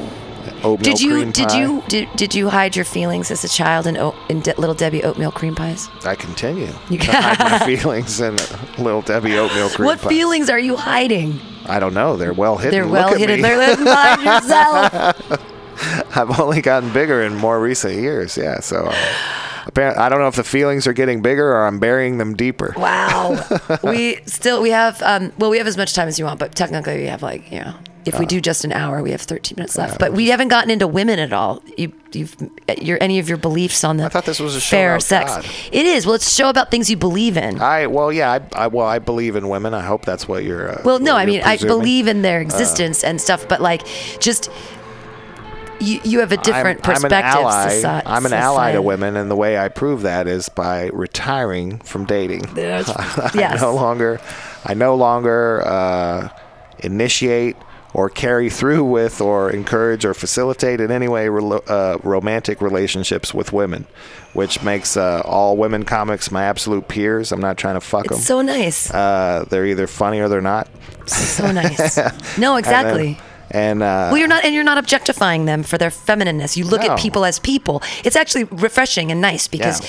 [SPEAKER 3] Oatmeal
[SPEAKER 2] Did you
[SPEAKER 3] cream
[SPEAKER 2] did
[SPEAKER 3] pie.
[SPEAKER 2] you did, did you hide your feelings as a child in, oat, in De- Little Debbie oatmeal cream pies?
[SPEAKER 3] I continue to hide my feelings in little Debbie oatmeal cream
[SPEAKER 2] what
[SPEAKER 3] pie.
[SPEAKER 2] feelings are you hiding?
[SPEAKER 3] I don't know. They're well hidden.
[SPEAKER 2] They're
[SPEAKER 3] Look
[SPEAKER 2] well
[SPEAKER 3] at
[SPEAKER 2] hidden.
[SPEAKER 3] me.
[SPEAKER 2] They're hidden by yourself.
[SPEAKER 3] I've only gotten bigger in more recent years. Yeah, so uh, apparently I don't know if the feelings are getting bigger or I'm burying them deeper.
[SPEAKER 2] Wow. we still we have um well we have as much time as you want, but technically we have like you know if
[SPEAKER 3] Uh.
[SPEAKER 2] we do just an hour, we have 13 minutes left. But we haven't gotten into women at all. You, you've your any of your beliefs on the I
[SPEAKER 3] thought this was a show
[SPEAKER 2] fair
[SPEAKER 3] about
[SPEAKER 2] sex.
[SPEAKER 3] God.
[SPEAKER 2] It is. Well, it's a show about things you believe in.
[SPEAKER 3] I well, yeah, I, I well, I believe in women. I hope that's what you're. Uh,
[SPEAKER 2] Well, no,
[SPEAKER 3] what
[SPEAKER 2] I
[SPEAKER 3] you're
[SPEAKER 2] mean, I
[SPEAKER 3] presuming. Uh.
[SPEAKER 2] believe in their existence and stuff, but like, just you, you have a different perspective.
[SPEAKER 3] I'm an ally.
[SPEAKER 2] soci-
[SPEAKER 3] I'm an ally to
[SPEAKER 2] society.
[SPEAKER 3] women, and the way I prove that is by retiring from dating.
[SPEAKER 2] Yes.
[SPEAKER 3] I no longer, I no longer uh, initiate or carry through with or encourage or facilitate in any way relo uh, romantic relationships with women, which makes uh, all women comics my absolute peers. I'm not trying to fuck them.
[SPEAKER 2] It's so nice.
[SPEAKER 3] uh, they're either funny or they're not.
[SPEAKER 2] so nice. No,
[SPEAKER 3] And then-
[SPEAKER 2] exactly.
[SPEAKER 3] And, And uh,
[SPEAKER 2] Well, you're not, and you're not objectifying them for their feminineness. You look
[SPEAKER 3] No.
[SPEAKER 2] at people as people. It's actually refreshing and nice because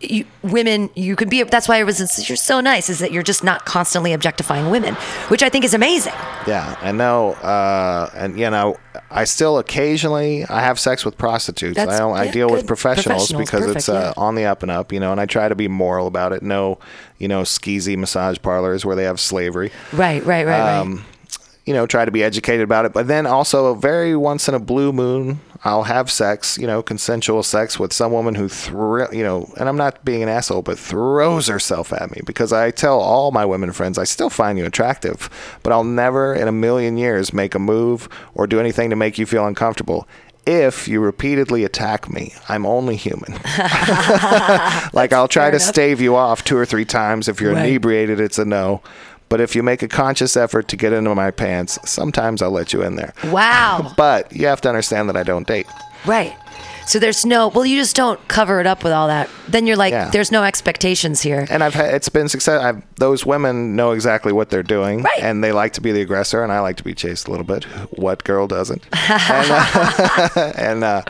[SPEAKER 2] you, women, you can be. That's why I was. You're so nice. Is that you're just not constantly objectifying women, which I think is amazing.
[SPEAKER 3] yeah, I know. Uh, and you know, I still occasionally I have sex with prostitutes. I
[SPEAKER 2] That's-
[SPEAKER 3] don't. I
[SPEAKER 2] yeah,
[SPEAKER 3] deal with
[SPEAKER 2] good.
[SPEAKER 3] professionals,
[SPEAKER 2] Professionals,
[SPEAKER 3] because it's uh,
[SPEAKER 2] perfect, yeah.
[SPEAKER 3] on the up and up, you know. And I try to be moral about it. No, you know, skeezy massage parlors where they have slavery.
[SPEAKER 2] Right, right, right, right.
[SPEAKER 3] um, you know, try to be educated about it. But then also, very once in a blue moon, I'll have sex, you know, consensual sex with some woman who, thr- you know, and I'm not being an asshole, but throws herself at me because I tell all my women friends, I still find you attractive, but I'll never in a million years make a move or do anything to make you feel uncomfortable. If you repeatedly attack me, I'm only human. like I'll try to
[SPEAKER 2] enough.
[SPEAKER 3] stave you off two or three times. If you're
[SPEAKER 2] Right.
[SPEAKER 3] inebriated, it's a no. But if you make a conscious effort to get into my pants, sometimes I'll let you in there.
[SPEAKER 2] Wow.
[SPEAKER 3] But you have to understand that I don't date.
[SPEAKER 2] Right. So there's no. Well, you just don't cover it up with all that. Then you're like,
[SPEAKER 3] Yeah.
[SPEAKER 2] there's no expectations here.
[SPEAKER 3] And I've had, it's been success. I've, those women know exactly what they're doing,
[SPEAKER 2] Right.
[SPEAKER 3] and they like to be the aggressor, and I like to be chased a little bit. What girl doesn't? and uh, and uh,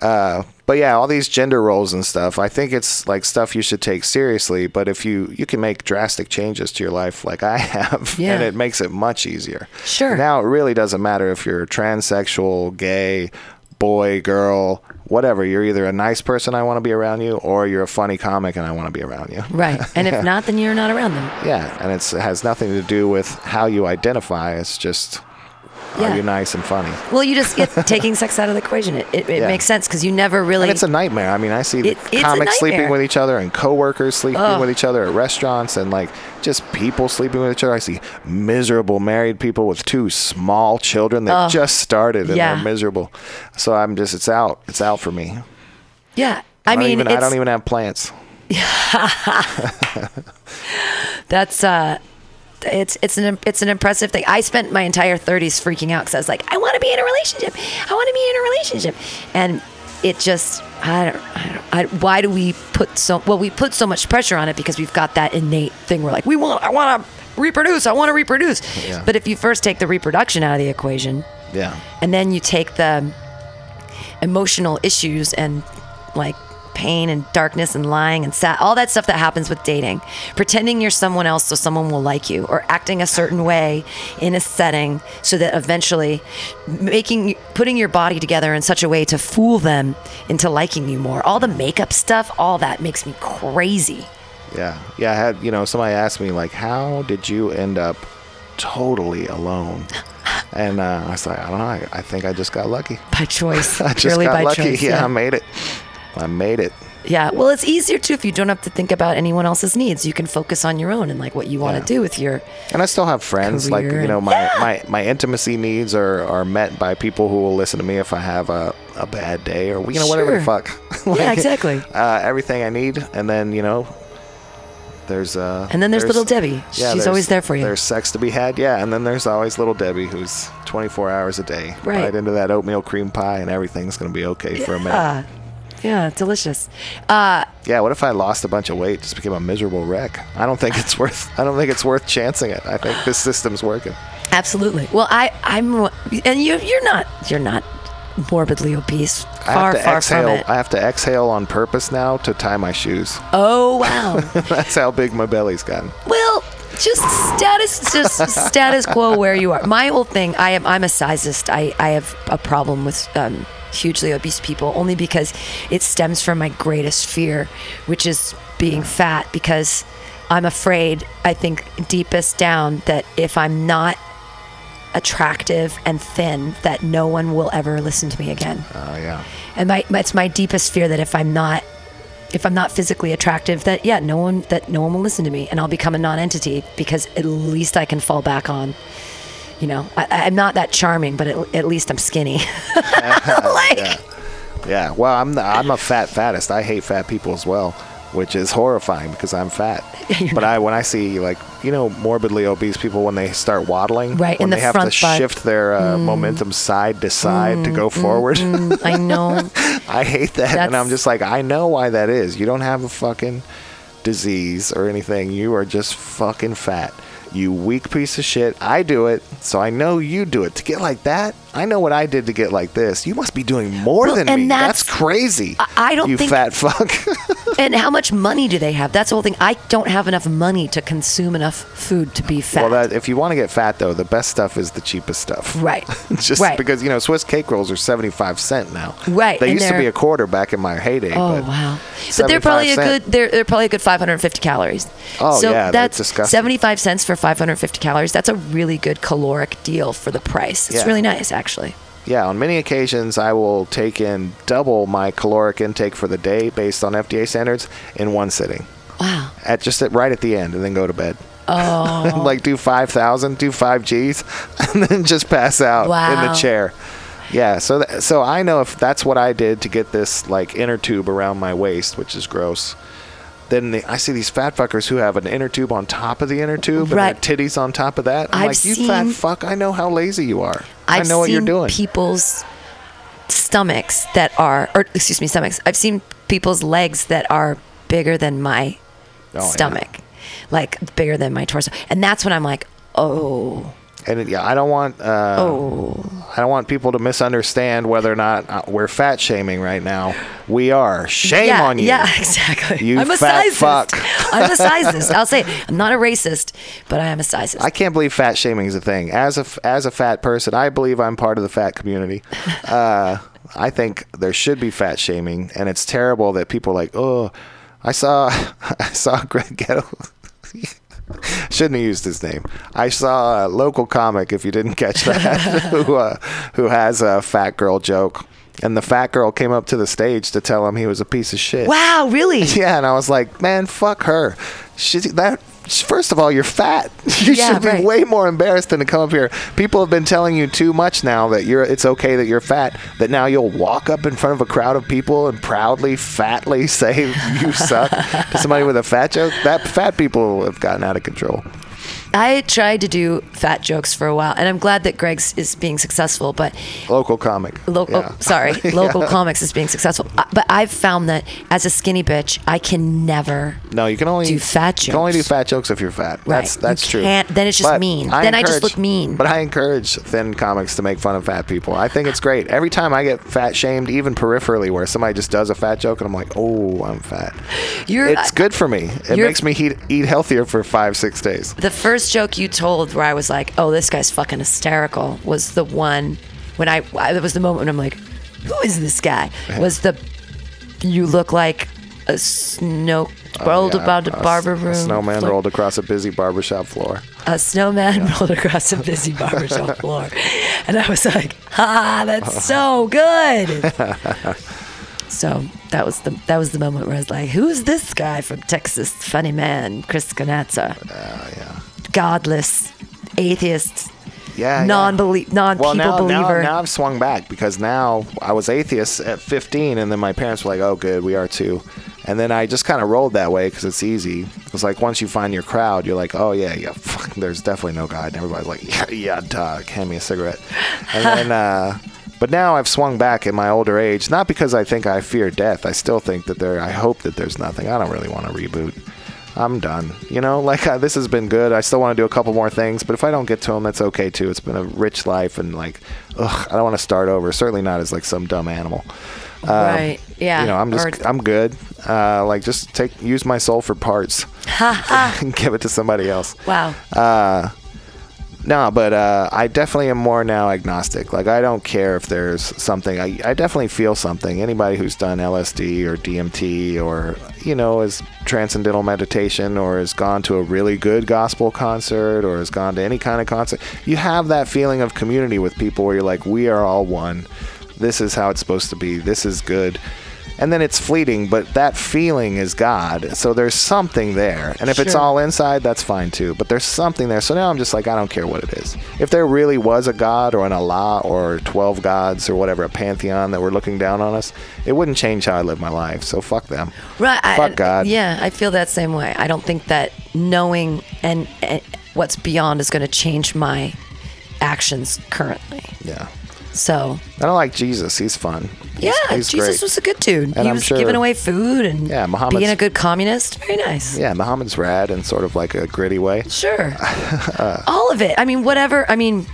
[SPEAKER 3] uh, but yeah, all these gender roles and stuff. I think it's like stuff you should take seriously. But if you you can make drastic changes to your life, like I have,
[SPEAKER 2] Yeah.
[SPEAKER 3] and it makes it much easier.
[SPEAKER 2] Sure.
[SPEAKER 3] Now it really doesn't matter if you're transsexual, gay, boy, girl, whatever. You're either a nice person I want to be around you, or you're a funny comic and I want to be around you.
[SPEAKER 2] Right. And if not, then you're not around them.
[SPEAKER 3] Yeah, and it's, it has nothing to do with how you identify. It's just
[SPEAKER 2] Yeah.
[SPEAKER 3] are you nice and funny?
[SPEAKER 2] Well, you just get taking sex out of the equation. It, it, it
[SPEAKER 3] Yeah.
[SPEAKER 2] makes sense because you never really.
[SPEAKER 3] And it's a nightmare. I mean, I see
[SPEAKER 2] It- it's
[SPEAKER 3] the
[SPEAKER 2] a
[SPEAKER 3] comics sleeping
[SPEAKER 2] nightmare.
[SPEAKER 3] with each other and coworkers sleeping with each other at restaurants and like just people sleeping with each other. I see miserable married people with two small children that just started and
[SPEAKER 2] Yeah.
[SPEAKER 3] they're miserable. So I'm just it's out. It's out for me.
[SPEAKER 2] yeah. I,
[SPEAKER 3] I, don't
[SPEAKER 2] mean,
[SPEAKER 3] even,
[SPEAKER 2] it's,
[SPEAKER 3] I don't even have plants.
[SPEAKER 2] that's uh it's it's an it's an impressive thing. I spent my entire 30s freaking out because I was like, I want to be in a relationship. I want to be in a relationship, and it just I don't I don't I, why do we put so well we put so much pressure on it because we've got that innate thing we're like we want I want to reproduce I want to reproduce,
[SPEAKER 3] Yeah.
[SPEAKER 2] but if you first take the reproduction out of the equation,
[SPEAKER 3] Yeah.
[SPEAKER 2] and then you take the emotional issues and like pain and darkness and lying and sad all that stuff that happens with dating pretending you're someone else so someone will like you or acting a certain way in a setting so that eventually making putting your body together in such a way to fool them into liking you more all the makeup stuff all that makes me crazy
[SPEAKER 3] Yeah. Yeah, I had, you know, somebody asked me like, "How did you end up totally alone?" And uh, I was like, "I don't know. I, I think I just got lucky.
[SPEAKER 2] by choice
[SPEAKER 3] I just
[SPEAKER 2] purely
[SPEAKER 3] got
[SPEAKER 2] by
[SPEAKER 3] lucky.
[SPEAKER 2] choice
[SPEAKER 3] yeah, I made it. I made it."
[SPEAKER 2] Yeah. Well, it's easier too if you don't have to think about anyone else's needs. You can focus on your own and like what you want to
[SPEAKER 3] Yeah.
[SPEAKER 2] do with your.
[SPEAKER 3] And I still have friends. Like
[SPEAKER 2] Career
[SPEAKER 3] you know,
[SPEAKER 2] and-
[SPEAKER 3] my, my, my intimacy needs are, are met by people who will listen to me if I have a, a bad day or you know whatever the
[SPEAKER 2] Sure.
[SPEAKER 3] fuck.
[SPEAKER 2] Yeah, exactly.
[SPEAKER 3] Uh, everything I need, and then you know, there's uh,
[SPEAKER 2] And then there's little Debbie. She's
[SPEAKER 3] there's-
[SPEAKER 2] always there for you.
[SPEAKER 3] There's sex to be had, yeah. And then there's always little Debbie, who's 24 hours a day.
[SPEAKER 2] Right.
[SPEAKER 3] into that oatmeal cream pie, and everything's gonna be okay for a minute.
[SPEAKER 2] Uh, yeah, delicious. Uh,
[SPEAKER 3] Yeah. What if I lost a bunch of weight, just became a miserable wreck? I don't think it's worth. I don't think it's worth chancing it. I think this system's working.
[SPEAKER 2] absolutely. Well, I I'm and you you're not you're not morbidly obese.
[SPEAKER 3] I
[SPEAKER 2] Far
[SPEAKER 3] have to
[SPEAKER 2] far
[SPEAKER 3] exhale.
[SPEAKER 2] from it.
[SPEAKER 3] I have to exhale on purpose now to tie my shoes.
[SPEAKER 2] oh wow.
[SPEAKER 3] That's how big my belly's gotten.
[SPEAKER 2] Well, just status, just status quo where you are. My whole thing, I am, I'm a sizist. I, I have a problem with um, hugely obese people only because it stems from my greatest fear, which is being fat. Because I'm afraid, I think deepest down, that if I'm not attractive and thin, that no one will ever listen to me again
[SPEAKER 3] Oh yeah.
[SPEAKER 2] and my, my it's my deepest fear that if I'm not if I'm not physically attractive that yeah no one that no one will listen to me and I'll become a non-entity because at least I can fall back on you know I, I'm not that charming but at, at least I'm skinny like
[SPEAKER 3] Yeah. Well, I'm the, I'm a fat fattest. I hate fat people as well, which is horrifying because I'm fat.
[SPEAKER 2] You're
[SPEAKER 3] but I when I see like you know morbidly obese people when they start waddling,
[SPEAKER 2] Right,
[SPEAKER 3] when
[SPEAKER 2] in
[SPEAKER 3] they
[SPEAKER 2] the
[SPEAKER 3] have
[SPEAKER 2] front
[SPEAKER 3] to
[SPEAKER 2] butt.
[SPEAKER 3] shift their uh, momentum side to side to go forward.
[SPEAKER 2] mm, I know
[SPEAKER 3] I hate that, and I'm
[SPEAKER 2] That's-
[SPEAKER 3] just like, I know why that is. You don't have a fucking disease or anything. You are just fucking fat. You weak piece of shit. I do it, so I know you do it. To get like that, I know what I did to get like this. You must be doing more
[SPEAKER 2] Well,
[SPEAKER 3] than
[SPEAKER 2] and
[SPEAKER 3] me.
[SPEAKER 2] that's-
[SPEAKER 3] That's, crazy.
[SPEAKER 2] I- I don't
[SPEAKER 3] you
[SPEAKER 2] think-
[SPEAKER 3] fat fuck.
[SPEAKER 2] And how much money do they have? That's the whole thing. I don't have enough money to consume enough food to be fat.
[SPEAKER 3] well, that, if you want to get fat though, the best stuff is the cheapest stuff.
[SPEAKER 2] right.
[SPEAKER 3] Just
[SPEAKER 2] right.
[SPEAKER 3] because you know Swiss cake rolls are seventy five cent now.
[SPEAKER 2] Right,
[SPEAKER 3] They
[SPEAKER 2] and
[SPEAKER 3] used to
[SPEAKER 2] they're-
[SPEAKER 3] be a quarter back in my heyday.
[SPEAKER 2] Oh
[SPEAKER 3] but
[SPEAKER 2] wow! But they're probably a
[SPEAKER 3] 75
[SPEAKER 2] good.
[SPEAKER 3] cent.
[SPEAKER 2] They're, they're probably a good 550 calories.
[SPEAKER 3] Oh,
[SPEAKER 2] so
[SPEAKER 3] yeah, that's
[SPEAKER 2] that's
[SPEAKER 3] disgusting.
[SPEAKER 2] 75 cents for 550 calories. That's a really good caloric deal for the price. It's
[SPEAKER 3] Yeah.
[SPEAKER 2] really nice, actually.
[SPEAKER 3] Yeah, on many occasions, I will take in double my caloric intake for the day based on FDA standards in one sitting.
[SPEAKER 2] Wow.
[SPEAKER 3] At just at, right at the end, and then go to bed. Oh. like do five thousand, do five G's, and then just pass out in
[SPEAKER 2] Wow.
[SPEAKER 3] the chair. Yeah, so th- so I know if that's what I did to get this like inner tube around my waist, which is gross. Then the, I see these fat fuckers who have an inner tube on top of the inner tube
[SPEAKER 2] Right.
[SPEAKER 3] and their titties on top of that. I'm
[SPEAKER 2] I've
[SPEAKER 3] like, you fat
[SPEAKER 2] seen-
[SPEAKER 3] fuck! I know how lazy you are. I
[SPEAKER 2] I've
[SPEAKER 3] know what you're
[SPEAKER 2] seen
[SPEAKER 3] doing.
[SPEAKER 2] People's stomachs that are, or excuse me, stomachs. I've seen people's legs that are bigger than my
[SPEAKER 3] Oh, yeah.
[SPEAKER 2] stomach, like bigger than my torso, and that's when I'm like, oh,
[SPEAKER 3] And it, yeah, I don't want uh,
[SPEAKER 2] oh,
[SPEAKER 3] I don't want people to misunderstand whether or not uh, we're fat shaming right now. We are. Shame
[SPEAKER 2] yeah,
[SPEAKER 3] on you.
[SPEAKER 2] Yeah, exactly.
[SPEAKER 3] You
[SPEAKER 2] I'm a
[SPEAKER 3] fat
[SPEAKER 2] sizist.
[SPEAKER 3] fuck.
[SPEAKER 2] I'm a sizist. I'll say it. I'm not a racist, but I am a sizist.
[SPEAKER 3] I can't believe fat shaming is a thing. As a f- as a fat person, I believe I'm part of the fat community. Uh, I think there should be fat shaming, and it's terrible that people are like, oh, I saw I saw Greg Ghetto. Shouldn't have used his name. I saw a local comic, if you didn't catch that, who uh, who has a fat girl joke, and the fat girl came up to the stage to tell him he was a piece of shit.
[SPEAKER 2] wow, really?
[SPEAKER 3] Yeah, and I was like, man, fuck her. She that. First of all, you're fat. You
[SPEAKER 2] Yeah,
[SPEAKER 3] should be
[SPEAKER 2] right.
[SPEAKER 3] way more embarrassed than to come up here. People have been telling you too much now that you're. It's okay that you're fat. That now you'll walk up in front of a crowd of people and proudly, fatly say you suck to somebody with a fat joke. That fat people have gotten out of control.
[SPEAKER 2] I tried to do fat jokes for a while, and I'm glad that Greg's is being successful, but
[SPEAKER 3] Local comic.
[SPEAKER 2] local oh,
[SPEAKER 3] Yeah.
[SPEAKER 2] sorry local comics is being successful Uh, but i've found that as a skinny bitch i can never
[SPEAKER 3] No, you can only
[SPEAKER 2] Do fat
[SPEAKER 3] You can only do
[SPEAKER 2] jokes.
[SPEAKER 3] fat jokes if you're fat. That's
[SPEAKER 2] Right.
[SPEAKER 3] that's
[SPEAKER 2] You
[SPEAKER 3] true.
[SPEAKER 2] can't- then it's just mean. Then I just
[SPEAKER 3] encourage-
[SPEAKER 2] look mean.
[SPEAKER 3] But I encourage thin comics to make fun of fat people. I think it's great. Every time I get fat shamed, even peripherally, where somebody just does a fat joke and I'm like, oh, I'm fat.
[SPEAKER 2] you're uh,
[SPEAKER 3] It's good for me. It
[SPEAKER 2] you're-
[SPEAKER 3] makes me eat, eat healthier for five six days.
[SPEAKER 2] the first joke you told where i was like oh this guy's fucking hysterical was the one when i, I it was the moment when i'm like who is this guy was the you look like a snow rolled
[SPEAKER 3] Oh, Yeah,
[SPEAKER 2] about a,
[SPEAKER 3] a s-
[SPEAKER 2] barber room
[SPEAKER 3] A snowman
[SPEAKER 2] floor-
[SPEAKER 3] rolled across a busy barbershop floor.
[SPEAKER 2] a snowman rolled across a busy barbershop floor. And I was like, ah, that's so good. so that was the that was the moment where I was like, who's this guy from Texas? Funny man, Chris Ganatza. Godless, atheist,
[SPEAKER 3] Yeah. yeah.
[SPEAKER 2] non believe non people
[SPEAKER 3] well, now,
[SPEAKER 2] believer.
[SPEAKER 3] Now, now I've swung back because now I was atheist at 15, and then my parents were like, "Oh, good, we are too." And then I just kind of rolled that way because it's easy. It's like once you find your crowd, you're like, "Oh yeah, yeah, fuck, there's definitely no God." And everybody's like, "Yeah, yeah, duh, hand me a cigarette." And then, uh, but now I've swung back in my older age, not because I think I fear death. I still think that there. I hope that there's nothing. I don't really want to reboot. I'm done. You know, like I, this has been good. I still want to do a couple more things, but if I don't get to them, that's okay too. It's been a rich life, and like, ugh, I don't want to start over. Certainly not as like some dumb animal. Um,
[SPEAKER 2] Right. Yeah.
[SPEAKER 3] You know, I'm just
[SPEAKER 2] Or-
[SPEAKER 3] I'm good. Uh, like, just take use my soul for parts and give it to somebody else.
[SPEAKER 2] wow.
[SPEAKER 3] Uh, No, but uh, I definitely am more now agnostic. Like, I don't care if there's something. I, I definitely feel something. Anybody who's done LSD or DMT or, you know, is transcendental meditation or has gone to a really good gospel concert or has gone to any kind of concert, you have that feeling of community with people where you're like, we are all one. This is how it's supposed to be. This is good. And then it's fleeting, but that feeling is God. So there's something there. And if it's
[SPEAKER 2] Sure.
[SPEAKER 3] all inside, that's fine too. But there's something there. So now I'm just like, I don't care what it is. If there really was a God or an Allah or 12 gods or whatever, a pantheon that were looking down on us, it wouldn't change how I live my life. So fuck them.
[SPEAKER 2] Right. I-
[SPEAKER 3] Fuck God.
[SPEAKER 2] Yeah, I feel that same way. I don't think that knowing and, and what's beyond is going to change my actions currently.
[SPEAKER 3] Yeah.
[SPEAKER 2] So
[SPEAKER 3] I don't like Jesus. He's fun. He's-
[SPEAKER 2] yeah,
[SPEAKER 3] he's
[SPEAKER 2] Jesus
[SPEAKER 3] great.
[SPEAKER 2] was a good dude. he
[SPEAKER 3] I'm
[SPEAKER 2] was
[SPEAKER 3] sure-
[SPEAKER 2] giving away food and
[SPEAKER 3] Yeah, Muhammad's-
[SPEAKER 2] being a good communist. Very nice.
[SPEAKER 3] yeah, Muhammad's rad in sort of like a gritty way.
[SPEAKER 2] Sure.
[SPEAKER 3] Uh.
[SPEAKER 2] All of it. I mean, whatever. I mean,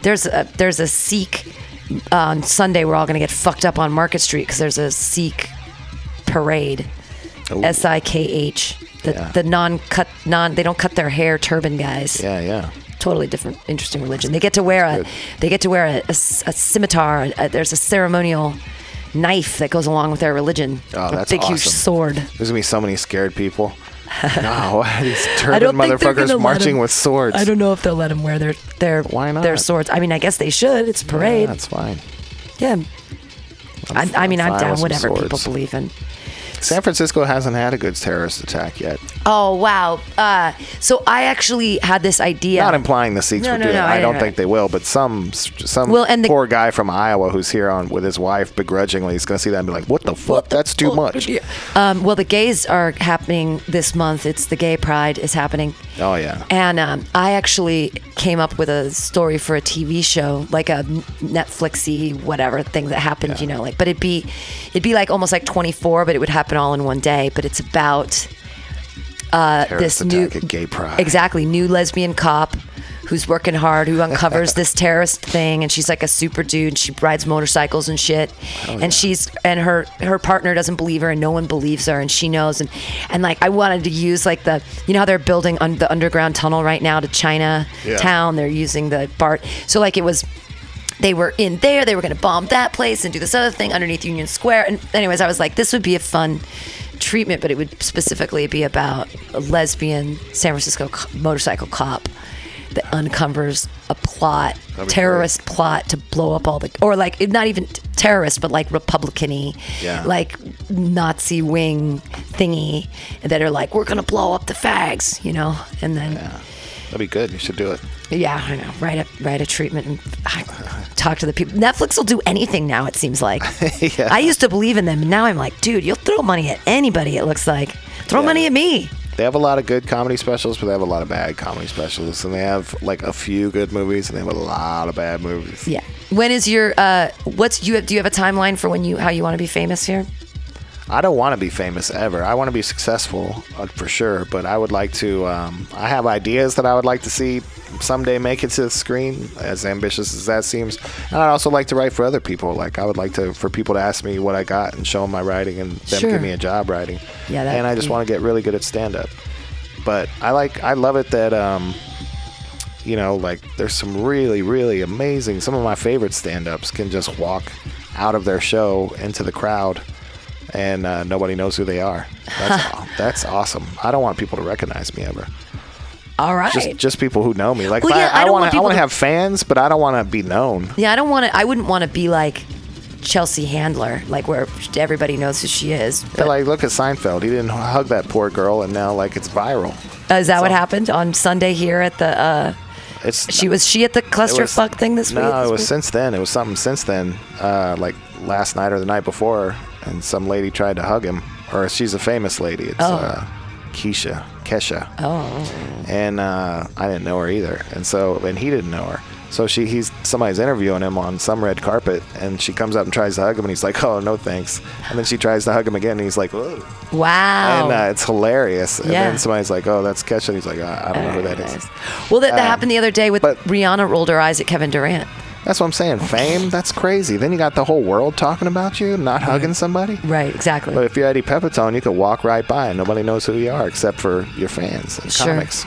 [SPEAKER 2] there's a there's a Sikh uh, on Sunday. We're all gonna get fucked up on Market Street because there's a Sikh parade.
[SPEAKER 3] Ooh.
[SPEAKER 2] S I K H. The
[SPEAKER 3] Yeah.
[SPEAKER 2] the non cut non they don't cut their hair turban guys.
[SPEAKER 3] Yeah, yeah.
[SPEAKER 2] Totally different, interesting religion. They get to wear a
[SPEAKER 3] good.
[SPEAKER 2] they get to wear a, a s- a scimitar. A, a- there's a ceremonial knife that goes along with their religion.
[SPEAKER 3] Oh,
[SPEAKER 2] a
[SPEAKER 3] that's
[SPEAKER 2] big huge
[SPEAKER 3] awesome.
[SPEAKER 2] sword.
[SPEAKER 3] There's gonna be so many scared people. no, these turban
[SPEAKER 2] don't think they're gonna
[SPEAKER 3] motherfuckers
[SPEAKER 2] let
[SPEAKER 3] marching
[SPEAKER 2] him-
[SPEAKER 3] with swords.
[SPEAKER 2] I don't know if they'll let them wear their their
[SPEAKER 3] Why not?
[SPEAKER 2] their swords. I mean, I guess they should. It's a
[SPEAKER 3] Yeah,
[SPEAKER 2] parade.
[SPEAKER 3] that's fine.
[SPEAKER 2] Yeah. I, I
[SPEAKER 3] I'm
[SPEAKER 2] mean, I'm
[SPEAKER 3] fine with
[SPEAKER 2] down
[SPEAKER 3] some
[SPEAKER 2] whatever people
[SPEAKER 3] swords.
[SPEAKER 2] believe in.
[SPEAKER 3] San Francisco hasn't had a good terrorist attack yet.
[SPEAKER 2] Oh wow! Uh, so I actually had this idea.
[SPEAKER 3] Not implying the Sikhs
[SPEAKER 2] No,
[SPEAKER 3] would
[SPEAKER 2] no,
[SPEAKER 3] do
[SPEAKER 2] no,
[SPEAKER 3] it.
[SPEAKER 2] I-
[SPEAKER 3] I don't
[SPEAKER 2] I-
[SPEAKER 3] think they will, but some some
[SPEAKER 2] Well, and the-
[SPEAKER 3] poor guy from Iowa who's here on with his wife begrudgingly is going to see that and be like, "What the fuck? That's too much."
[SPEAKER 2] um, well, the gays are happening this month. It's the gay pride is happening.
[SPEAKER 3] Oh yeah.
[SPEAKER 2] And um, I actually came up with a story for a TV show, like a Netflixy whatever thing that happened, you know, like. But it'd be, it'd be like almost like 24, but it would happen all in one day. But it's about uh,
[SPEAKER 3] Terrorist
[SPEAKER 2] this new
[SPEAKER 3] attack at gay pride.
[SPEAKER 2] exactly new lesbian cop who's working hard, who uncovers this terrorist thing, and she's like a super dude. and She rides motorcycles and shit, and she's and her her partner doesn't believe her, and no one believes her, and she knows, and and like I wanted to use like the you know how they're building un- the underground tunnel right now to China
[SPEAKER 3] Yeah.
[SPEAKER 2] town. They're using the BART, so like it was they were in there. They were going to bomb that place and do this other thing underneath Union Square. And, anyways, I was like, this would be a fun treatment, but it would specifically be about a lesbian San Francisco co- motorcycle cop that uncovers a plot,
[SPEAKER 3] That'd be
[SPEAKER 2] terrorist plot to blow up all the, or like not even t- terrorist, but like Republican y,
[SPEAKER 3] Yeah.
[SPEAKER 2] like Nazi wing thingy that are like, we're going to blow up the fags, you know? And then.
[SPEAKER 3] That'd be good. You should do it.
[SPEAKER 2] Yeah, I know. Write a write a treatment and I, talk to the people. Netflix will do anything now. It seems like.
[SPEAKER 3] Yeah.
[SPEAKER 2] I used to believe in them, and now I'm like, dude, you'll throw money at anybody. It looks like throw
[SPEAKER 3] Yeah.
[SPEAKER 2] money at me.
[SPEAKER 3] They have a lot of good comedy specials, but they have a lot of bad comedy specials, and they have like a few good movies, and they have a lot of bad movies.
[SPEAKER 2] Yeah. When is your uh? What's you have? Do you have a timeline for when you how you want to be famous here?
[SPEAKER 3] I don't want to be famous ever. I want to be successful uh, for sure, but I would like to. Um, I have ideas that I would like to see someday make it to the screen, as ambitious as that seems. And I'd also like to write for other people. Like I would like to for people to ask me what I got and show them my writing, and them
[SPEAKER 2] Sure.
[SPEAKER 3] give me a job writing.
[SPEAKER 2] Yeah, that
[SPEAKER 3] and I
[SPEAKER 2] would
[SPEAKER 3] just
[SPEAKER 2] be-
[SPEAKER 3] want to get really good at stand up. But I like I love it that. Um, you know, like there's some really, really amazing. Some of my favorite stand-ups can just walk out of their show into the crowd, and uh, nobody knows who they are. That's, aw- that's awesome. I don't want people to recognize me ever.
[SPEAKER 2] All right.
[SPEAKER 3] Just, just people who know me. Like
[SPEAKER 2] Well,
[SPEAKER 3] if
[SPEAKER 2] yeah, I
[SPEAKER 3] I,
[SPEAKER 2] don't
[SPEAKER 3] want
[SPEAKER 2] want
[SPEAKER 3] to, I
[SPEAKER 2] people
[SPEAKER 3] want
[SPEAKER 2] to-
[SPEAKER 3] to have fans, but I don't want to be known.
[SPEAKER 2] yeah, I don't want to. I wouldn't want to be like Chelsea Handler, like where everybody knows who she is.
[SPEAKER 3] They're
[SPEAKER 2] But
[SPEAKER 3] like, look at Seinfeld. He didn't hug that poor girl, and now like it's viral.
[SPEAKER 2] uh, is that what happened on Sunday here at the? uh
[SPEAKER 3] It's
[SPEAKER 2] She was she at the
[SPEAKER 3] It was-
[SPEAKER 2] clusterfuck thing this
[SPEAKER 3] no,
[SPEAKER 2] week? This
[SPEAKER 3] it was
[SPEAKER 2] week?
[SPEAKER 3] since then. It was something since then, uh, like last night or the night before, and some lady tried to hug him. Or she's a famous lady. It's
[SPEAKER 2] Oh.
[SPEAKER 3] uh, Keisha, Kesha,
[SPEAKER 2] Oh.
[SPEAKER 3] and uh, I didn't know her either. And so, and he didn't know her. So she, he's somebody's interviewing him on some red carpet, and she comes up and tries to hug him, and he's like, "Oh, no, thanks." And then she tries to hug him again, and he's like, "Whoa!"
[SPEAKER 2] Wow.
[SPEAKER 3] And uh, it's hilarious. And
[SPEAKER 2] Oh. Yeah.
[SPEAKER 3] then somebody's like, "Oh, that's Kesha," and he's like, "I, I don't know who that is."
[SPEAKER 2] Well, that, that
[SPEAKER 3] Um,
[SPEAKER 2] happened the other day with
[SPEAKER 3] but-
[SPEAKER 2] Rihanna rolled her eyes at Kevin Durant.
[SPEAKER 3] That's what I'm saying. Fame, that's crazy. Then you got the whole world talking about you, not hugging somebody.
[SPEAKER 2] Right, exactly.
[SPEAKER 3] But if you're Eddie Pepitone, you could walk right by and nobody knows who you are except for your fans and
[SPEAKER 2] Sure.
[SPEAKER 3] comics.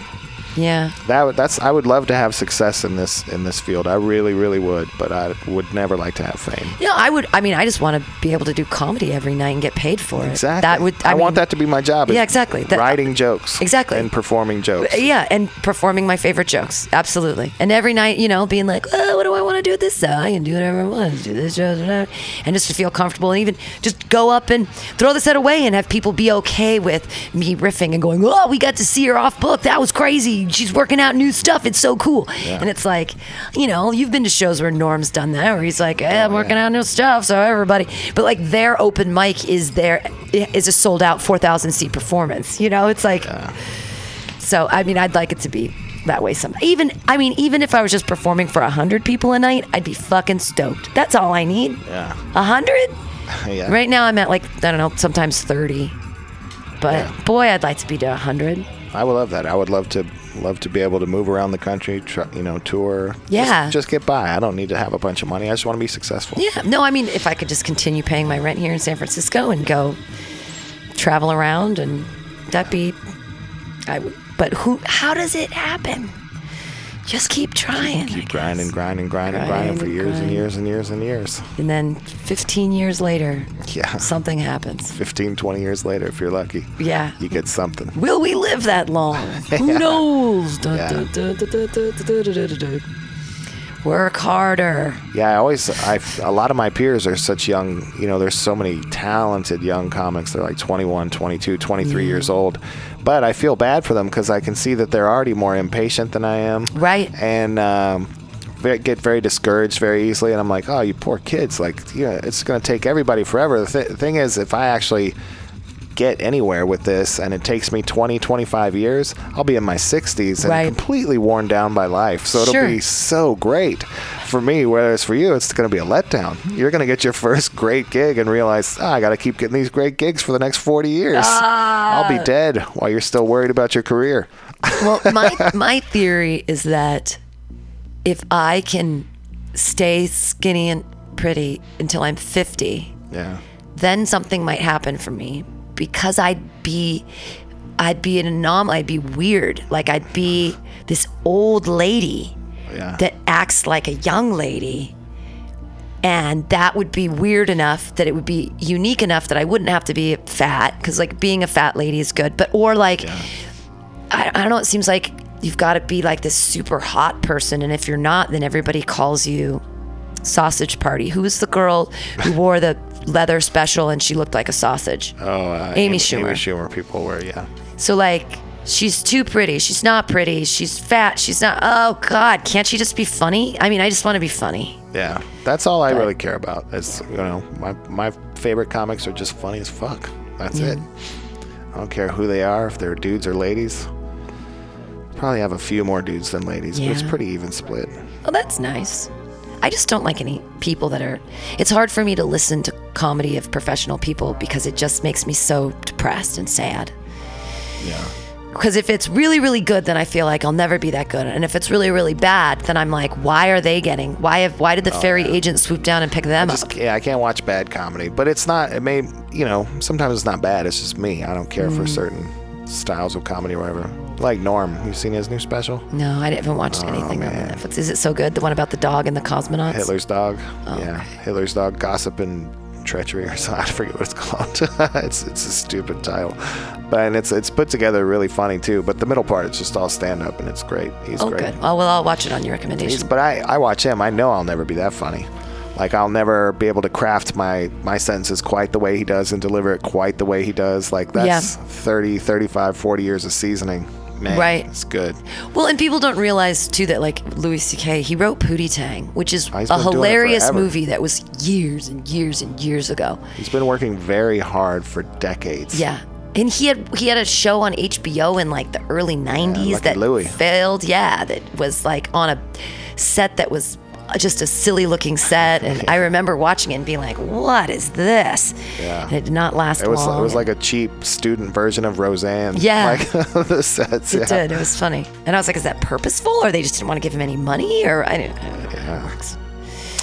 [SPEAKER 2] yeah.
[SPEAKER 3] That would- that's I would love to have success in this in this field. I really, really would, but I would never like to have fame.
[SPEAKER 2] You know, I would. I mean, I just want to be able to do comedy every night and get paid for it.
[SPEAKER 3] Exactly.
[SPEAKER 2] That would. I,
[SPEAKER 3] I, want
[SPEAKER 2] mean,
[SPEAKER 3] that to be my job. is
[SPEAKER 2] Yeah, exactly. That-
[SPEAKER 3] writing jokes.
[SPEAKER 2] Exactly.
[SPEAKER 3] And performing jokes.
[SPEAKER 2] Yeah, and performing my favorite jokes, absolutely. And every night, you know, being like, oh, what do I want to do with this? show? I can do whatever I want. Do this, show, whatever." and just to feel comfortable, and even just go up and throw this set away, and have people be okay with me riffing and going, oh, we got to see her off book. That was crazy. She's working out new stuff. It's so cool. And it's like, you know, you've been to shows where Norm's done that, where he's like, hey, I'm working out new stuff, so everybody. But like their open mic is their is a sold out four thousand seat performance. You know, it's like. So I mean, I'd like it to be that way some even I mean even if I was just performing for a hundred people a night I'd be fucking stoked that's all I need
[SPEAKER 3] Yeah.
[SPEAKER 2] a hundred
[SPEAKER 3] Yeah.
[SPEAKER 2] right now I'm at like I don't know sometimes 30 but
[SPEAKER 3] Yeah.
[SPEAKER 2] boy I'd like to be to a hundred
[SPEAKER 3] I would love that. I would love to love to be able to move around the country, tr you know, tour.
[SPEAKER 2] Yeah.
[SPEAKER 3] Just, just get by. I don't need to have a bunch of money. I just want to be successful.
[SPEAKER 2] yeah no I mean if I could just continue paying my rent here in San Francisco and go travel around and that'd be I would but who how does it happen just keep trying I
[SPEAKER 3] Keep
[SPEAKER 2] guess.
[SPEAKER 3] grinding, grinding, grinding, grinding
[SPEAKER 2] Grind
[SPEAKER 3] for
[SPEAKER 2] and
[SPEAKER 3] years and
[SPEAKER 2] grind.
[SPEAKER 3] years and years and years.
[SPEAKER 2] and then 15 years later
[SPEAKER 3] Yeah.
[SPEAKER 2] something happens
[SPEAKER 3] 15, 20 years later, if you're lucky.
[SPEAKER 2] Yeah.
[SPEAKER 3] You get something.
[SPEAKER 2] Will we live that long? Who knows? Dun,
[SPEAKER 3] Yeah.
[SPEAKER 2] dun, dun, dun, dun, dun, dun, dun, dun, dun. Work harder.
[SPEAKER 3] Yeah, I always, I, a lot of my peers are such young, you know, there's so many talented young comics. They're like 21, 22, 23 years
[SPEAKER 2] Mm.
[SPEAKER 3] old. But I feel bad for them because I can see that they're already more impatient than I am.
[SPEAKER 2] Right.
[SPEAKER 3] And, um, ve- get very discouraged very easily, and I'm like, oh, you poor kids! Like, you know, it's going to take everybody forever. The th- thing is, if I actually get anywhere with this and it takes me 20 25 years i'll be in my 60s and
[SPEAKER 2] Right.
[SPEAKER 3] completely worn down by life so it'll
[SPEAKER 2] Sure.
[SPEAKER 3] be so great for me whereas for you it's going to be a letdown you're going to get your first great gig and realize "Ah, i got to keep getting these great gigs for the next 40 years i'll
[SPEAKER 2] Ah.
[SPEAKER 3] be dead while you're still worried about your career
[SPEAKER 2] Well, my my theory is that if I can stay skinny and pretty until I'm 50,
[SPEAKER 3] yeah
[SPEAKER 2] then something might happen for me because I'd be I'd be an anomaly, I'd be weird. Like I'd be this old lady
[SPEAKER 3] yeah
[SPEAKER 2] that acts like a young lady. And that would be weird enough that it would be unique enough that I wouldn't have to be fat because, like, being a fat lady is good. But, or like, I, I don't know, it seems like you've got to be like this super hot person. And if you're not, then everybody calls you Sausage Party. Who was the girl who wore the leather special and she looked like a sausage?
[SPEAKER 3] oh uh,
[SPEAKER 2] Amy Schumer.
[SPEAKER 3] amy schumer people were yeah
[SPEAKER 2] So like she's too pretty, she's not pretty, she's fat, she's not oh god, can't she just be funny? I mean, I just want to be funny.
[SPEAKER 3] yeah that's all i really care about is you know my, my favorite comics are just funny as fuck that's it i don't care who they are if they're dudes or ladies probably have a few more dudes than ladies but it's
[SPEAKER 2] Yeah.
[SPEAKER 3] pretty even split
[SPEAKER 2] Oh, that's nice. I just don't like any people that are it's hard for me to listen to comedy of professional people because it just makes me so depressed and sad.
[SPEAKER 3] yeah
[SPEAKER 2] Because if it's really, really good, then I feel like I'll never be that good. And if it's really, really bad, then I'm like, why are they getting? Why have? Why did the ferry agent swoop down and pick them up?
[SPEAKER 3] just yeah, Oh, I can't watch bad comedy, but it's not. It may you know sometimes it's not bad. It's just me. I don't care
[SPEAKER 2] Mm.
[SPEAKER 3] for certain styles of comedy or whatever. Like Norm, you seen his new special,
[SPEAKER 2] No, I haven't watched anything on
[SPEAKER 3] Oh, man.
[SPEAKER 2] Netflix. Is it so good? The one about the dog and the cosmonauts?
[SPEAKER 3] Hitler's Dog.
[SPEAKER 2] Oh,
[SPEAKER 3] yeah, Hitler's Dog, gossip and treachery or something. I forget what it's called. it's it's a stupid title, but and it's it's put together really funny too. But the middle part, it's just all stand up and it's great. He's
[SPEAKER 2] Oh,
[SPEAKER 3] great.
[SPEAKER 2] good. Oh, well, I'll watch it on your
[SPEAKER 3] He's-
[SPEAKER 2] recommendation.
[SPEAKER 3] but I, I watch him. I know I'll never be that funny. Like I'll never be able to craft my my sentences quite the way he does and deliver it quite the way he does. Like that's
[SPEAKER 2] Yeah.
[SPEAKER 3] thirty, thirty-five, forty 30, 35, 40 years of seasoning. Man,
[SPEAKER 2] Right.
[SPEAKER 3] It's good.
[SPEAKER 2] Well, and people don't realize, too, that, like, Louis C.K., he wrote Pootie Tang, which is
[SPEAKER 3] he's
[SPEAKER 2] a
[SPEAKER 3] been doing it
[SPEAKER 2] hilarious
[SPEAKER 3] forever.
[SPEAKER 2] movie that was years and years and years ago.
[SPEAKER 3] He's been working very hard for decades.
[SPEAKER 2] Yeah. And he had he had a show on HBO in like the early '90s
[SPEAKER 3] Lucky
[SPEAKER 2] that
[SPEAKER 3] Louie.
[SPEAKER 2] failed. Yeah, that was like on a set that was just a silly looking set, and I remember watching it and being like, "What is this?"
[SPEAKER 3] Yeah.
[SPEAKER 2] And it did not last
[SPEAKER 3] It was
[SPEAKER 2] long.
[SPEAKER 3] it was like a cheap student version of Roseanne.
[SPEAKER 2] Yeah.
[SPEAKER 3] Like the sets.
[SPEAKER 2] it
[SPEAKER 3] yeah.
[SPEAKER 2] did. It was funny, and I was like, "Is that purposeful, or they just didn't want to give him any money?" Or I didn't. I don't know how it works.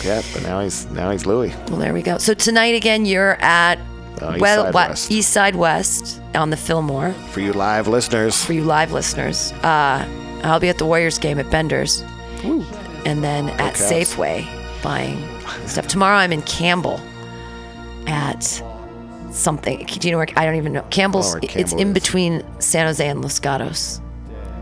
[SPEAKER 3] Yeah, but now he's now he's Louis.
[SPEAKER 2] Well, there we go. So tonight again, you're at
[SPEAKER 3] Oh, East
[SPEAKER 2] well,
[SPEAKER 3] Side
[SPEAKER 2] what-
[SPEAKER 3] West.
[SPEAKER 2] East Side West on the Fillmore
[SPEAKER 3] For you live listeners.
[SPEAKER 2] for you live listeners. Uh, I'll be at the Warriors game at Bender's, and then at
[SPEAKER 3] Cavs.
[SPEAKER 2] Safeway buying stuff. Tomorrow I'm in Campbell at something. Do you know where? I don't even know. Campbell's.
[SPEAKER 3] Oh, where
[SPEAKER 2] it's
[SPEAKER 3] Campbell
[SPEAKER 2] in
[SPEAKER 3] is.
[SPEAKER 2] between San Jose and Los Gatos.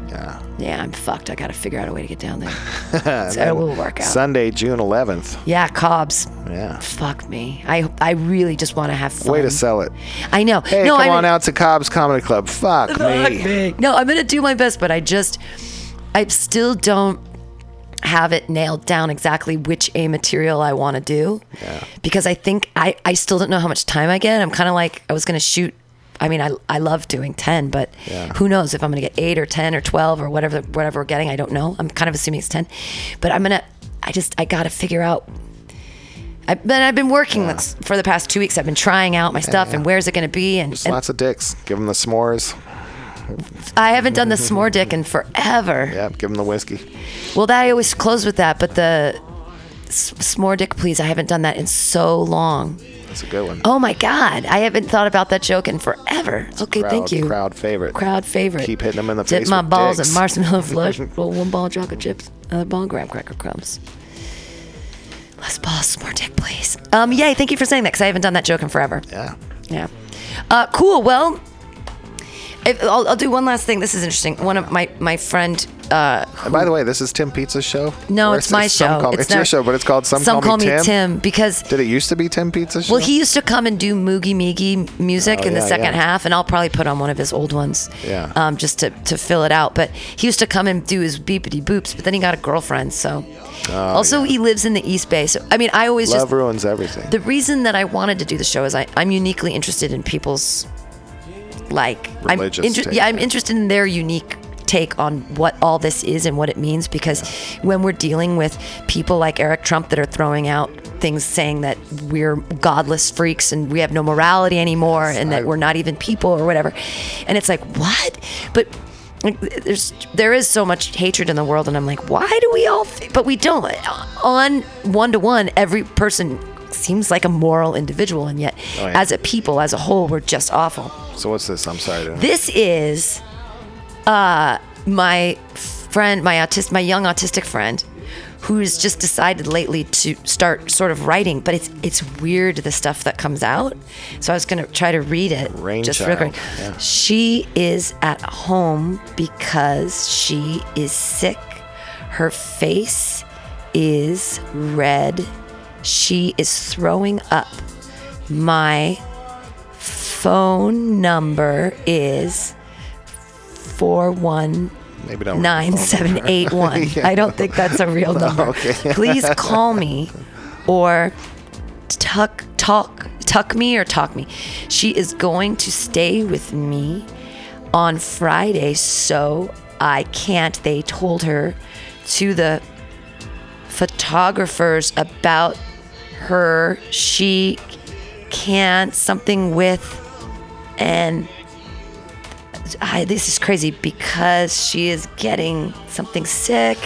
[SPEAKER 3] Yeah.
[SPEAKER 2] Yeah, I'm fucked. I got to figure out a way to get down there. so it will work out.
[SPEAKER 3] Sunday, June eleventh.
[SPEAKER 2] yeah, Cobb's.
[SPEAKER 3] Yeah.
[SPEAKER 2] Fuck me. I I really just want to have fun.
[SPEAKER 3] Way to sell it.
[SPEAKER 2] I know.
[SPEAKER 3] Hey,
[SPEAKER 2] no,
[SPEAKER 3] come
[SPEAKER 2] I'm
[SPEAKER 3] on out to Cobb's Comedy Club. Fuck, me.
[SPEAKER 2] No, I'm gonna do my best, but I just, I still don't have it nailed down exactly which A material I want to do. Yeah. Because I think I, I still don't know how much time I get. I'm kind of like I was gonna shoot I mean, I, I love doing 10, but who knows if I'm going to get 8 or 10 or 12 or whatever whatever we're getting. I don't know. I'm kind of assuming it's 10. But I'm going to I just I got to figure out I, but I've been working this for the past 2 weeks. I've been trying out my stuff and where's it going to be and,
[SPEAKER 3] Just
[SPEAKER 2] and
[SPEAKER 3] lots of dicks. Give them the s'mores.
[SPEAKER 2] I haven't done the s'more dick in forever.
[SPEAKER 3] Yeah, give them the whiskey.
[SPEAKER 2] Well, that I always close with that, but the s- s'more dick please, I haven't done that in so long.
[SPEAKER 3] That's a good one.
[SPEAKER 2] Oh my God, I haven't thought about that joke in forever. okay,
[SPEAKER 3] crowd,
[SPEAKER 2] thank you.
[SPEAKER 3] Crowd favorite.
[SPEAKER 2] Crowd favorite.
[SPEAKER 3] Keep hitting 'em in the
[SPEAKER 2] Dip
[SPEAKER 3] face
[SPEAKER 2] my
[SPEAKER 3] with
[SPEAKER 2] balls
[SPEAKER 3] dicks.
[SPEAKER 2] in marshmallow flush. roll one ball of chocolate chips. Another ball of graham cracker crumbs. Less balls, s'more dick please. Um, yay! Thank you for saying that because I haven't done that joke in forever.
[SPEAKER 3] Yeah.
[SPEAKER 2] Yeah. Uh, cool. Well, if, I'll, I'll do one last thing. This is interesting. One of my my friend. Uh,
[SPEAKER 3] And by the way, this is Tim Pizza's show.
[SPEAKER 2] no,
[SPEAKER 3] Or
[SPEAKER 2] it's
[SPEAKER 3] is
[SPEAKER 2] my
[SPEAKER 3] it Some
[SPEAKER 2] show.
[SPEAKER 3] Call Me- it's your
[SPEAKER 2] not-
[SPEAKER 3] show, but it's called Some,
[SPEAKER 2] Some
[SPEAKER 3] Call, Me, Tim.
[SPEAKER 2] because
[SPEAKER 3] Did it used to be Tim Pizza's show?
[SPEAKER 2] well, he used to come and do Moogie Meagie music
[SPEAKER 3] Oh,
[SPEAKER 2] in the
[SPEAKER 3] yeah,
[SPEAKER 2] second
[SPEAKER 3] yeah.
[SPEAKER 2] half, and I'll probably put on one of his old ones,
[SPEAKER 3] Yeah.
[SPEAKER 2] um, just to, to fill it out. But he used to come and do his beepity boops, but then he got a girlfriend. So, also he lives in the East Bay. So, I mean, I always
[SPEAKER 3] Oh, Love
[SPEAKER 2] just
[SPEAKER 3] ruins everything.
[SPEAKER 2] the reason that I wanted to do the show is I, I'm uniquely interested in people's like
[SPEAKER 3] Religious
[SPEAKER 2] I'm inter-
[SPEAKER 3] take.
[SPEAKER 2] yeah I'm interested in their unique take on what all this is and what it means because when we're dealing with people like Eric Trump that are throwing out things saying that we're godless freaks and we have no morality anymore and that
[SPEAKER 3] I-
[SPEAKER 2] we're not even people or whatever and it's like what but like, there's there is so much hatred in the world and I'm like why do we all fe- but we don't on one to one every person seems like a moral individual and yet
[SPEAKER 3] Oh, yeah.
[SPEAKER 2] as a people as a whole we're just awful
[SPEAKER 3] so what's this? I'm sorry. To
[SPEAKER 2] this is uh, my friend, my autist, my young autistic friend, who's just decided lately to start sort of writing. But it's it's weird the stuff that comes out. So I was gonna try to read it.
[SPEAKER 3] Rain
[SPEAKER 2] just real
[SPEAKER 3] Child,
[SPEAKER 2] quick.
[SPEAKER 3] yeah.
[SPEAKER 2] She is at home because she is sick. Her face is red. She is throwing up. My phone number is 419
[SPEAKER 3] Maybe don't.
[SPEAKER 2] seven eight one. I don't think that's a real number.
[SPEAKER 3] okay.
[SPEAKER 2] Please call me or tuck talk tuck me or talk me. She is going to stay with me on Friday, so I can't. They told her to the photographers about her. She can't something with and I, this is crazy because she is getting something sick.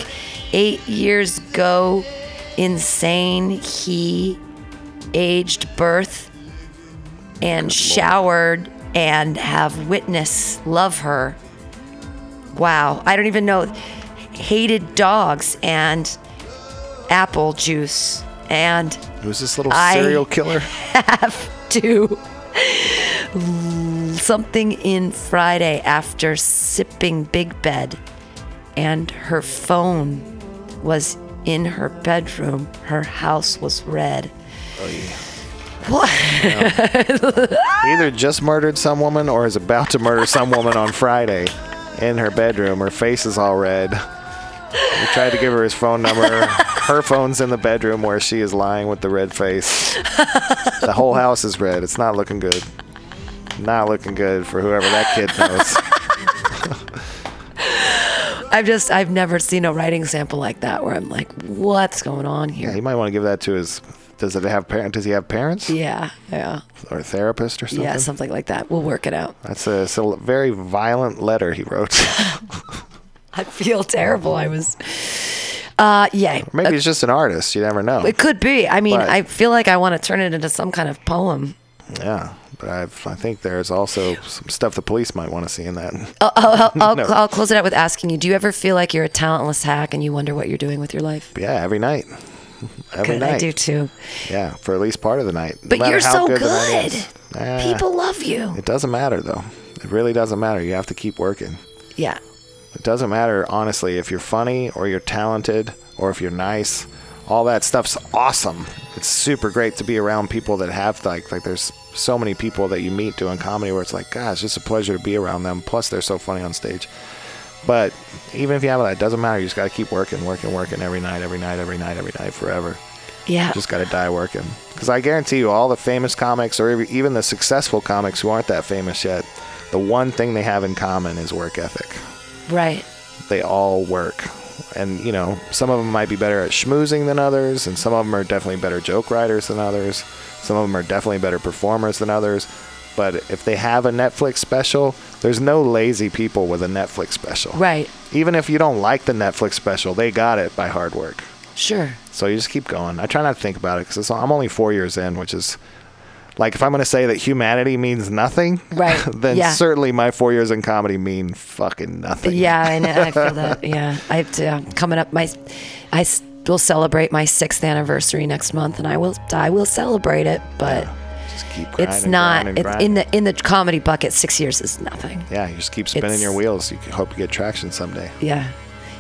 [SPEAKER 2] Eight years ago, insane, he aged birth and showered and have witness love her. Wow. I don't even know. Hated dogs and apple juice and
[SPEAKER 3] Who's this little
[SPEAKER 2] I-
[SPEAKER 3] serial killer?
[SPEAKER 2] to something in Friday after sipping Big Bed, and her phone was in her bedroom. Her house was red. What?
[SPEAKER 3] Either just murdered some woman or is about to murder some woman on Friday in her bedroom. Her face is all red. He tried to give her his phone number. Her phone's in the bedroom where she is lying with the red face. The whole house is red. It's not looking good. Not looking good for whoever that kid knows.
[SPEAKER 2] I've just I've never seen a writing sample like that where I'm like, what's going on
[SPEAKER 3] Yeah,
[SPEAKER 2] here?
[SPEAKER 3] he might want to give that to his. Does it have parent? Does he have parents
[SPEAKER 2] Yeah, yeah,
[SPEAKER 3] or therapist or something?
[SPEAKER 2] yeah, something like that. We'll work it out.
[SPEAKER 3] That's a, it's a very violent letter he wrote.
[SPEAKER 2] I feel terrible. I was, uh, yeah.
[SPEAKER 3] Maybe he's just an artist. You never know.
[SPEAKER 2] It could be. I mean,
[SPEAKER 3] But-
[SPEAKER 2] I feel like I want to turn it into some kind of poem.
[SPEAKER 3] Yeah, but I've, I think there's also some stuff the police might want to see in that.
[SPEAKER 2] Oh. I'll, I'll,
[SPEAKER 3] No.
[SPEAKER 2] I'll close it out with asking you do you ever feel like you're a talentless hack and you wonder what you're doing with your life?
[SPEAKER 3] yeah, every night. Every
[SPEAKER 2] Good,
[SPEAKER 3] night.
[SPEAKER 2] I do too.
[SPEAKER 3] Yeah, for at least part of the night. no
[SPEAKER 2] But
[SPEAKER 3] matter
[SPEAKER 2] you're so
[SPEAKER 3] how the night
[SPEAKER 2] good.
[SPEAKER 3] is. Nah,
[SPEAKER 2] People love you.
[SPEAKER 3] It doesn't matter though. It really doesn't matter. You have to keep working.
[SPEAKER 2] Yeah.
[SPEAKER 3] It doesn't matter honestly if you're funny or you're talented or if you're nice. All that stuff's awesome. It's super great to be around people that have like like there's so many people that you meet doing comedy where it's like, gosh, it's just a pleasure to be around them. Plus they're so funny on stage. But even if you have that, it doesn't matter. You just got to keep working, working, working every night, every night, every night, every night, forever.
[SPEAKER 2] Yeah.
[SPEAKER 3] Just got to die working. Because I guarantee you, all the famous comics or ev- even the successful comics who aren't that famous yet, the one thing they have in common is work ethic.
[SPEAKER 2] right.
[SPEAKER 3] They all work. And, you know, some of them might be better at schmoozing than others, and some of them are definitely better joke writers than others. Some of them are definitely better performers than others. But if they have a Netflix special, there's no lazy people with a Netflix special.
[SPEAKER 2] Right.
[SPEAKER 3] Even if you don't like the Netflix special, they got it by hard work.
[SPEAKER 2] Sure.
[SPEAKER 3] So you just keep going. I try not to think about it because I'm only four years in, which is like if I'm going to say that humanity means nothing,
[SPEAKER 2] Right.
[SPEAKER 3] then
[SPEAKER 2] Yeah.
[SPEAKER 3] certainly my four years in comedy mean fucking nothing.
[SPEAKER 2] Yeah, I know. I feel that. Yeah, I have to, I'm coming up. My, I s- will celebrate my sixth anniversary next month, and I will. I will celebrate it, but
[SPEAKER 3] Just keep grinding,
[SPEAKER 2] it's not.
[SPEAKER 3] grinding,
[SPEAKER 2] It's in
[SPEAKER 3] grinding.
[SPEAKER 2] the in the comedy bucket. Six years is nothing.
[SPEAKER 3] yeah. You just keep spinning
[SPEAKER 2] it's-
[SPEAKER 3] your wheels. You can hope you get traction someday.
[SPEAKER 2] Yeah.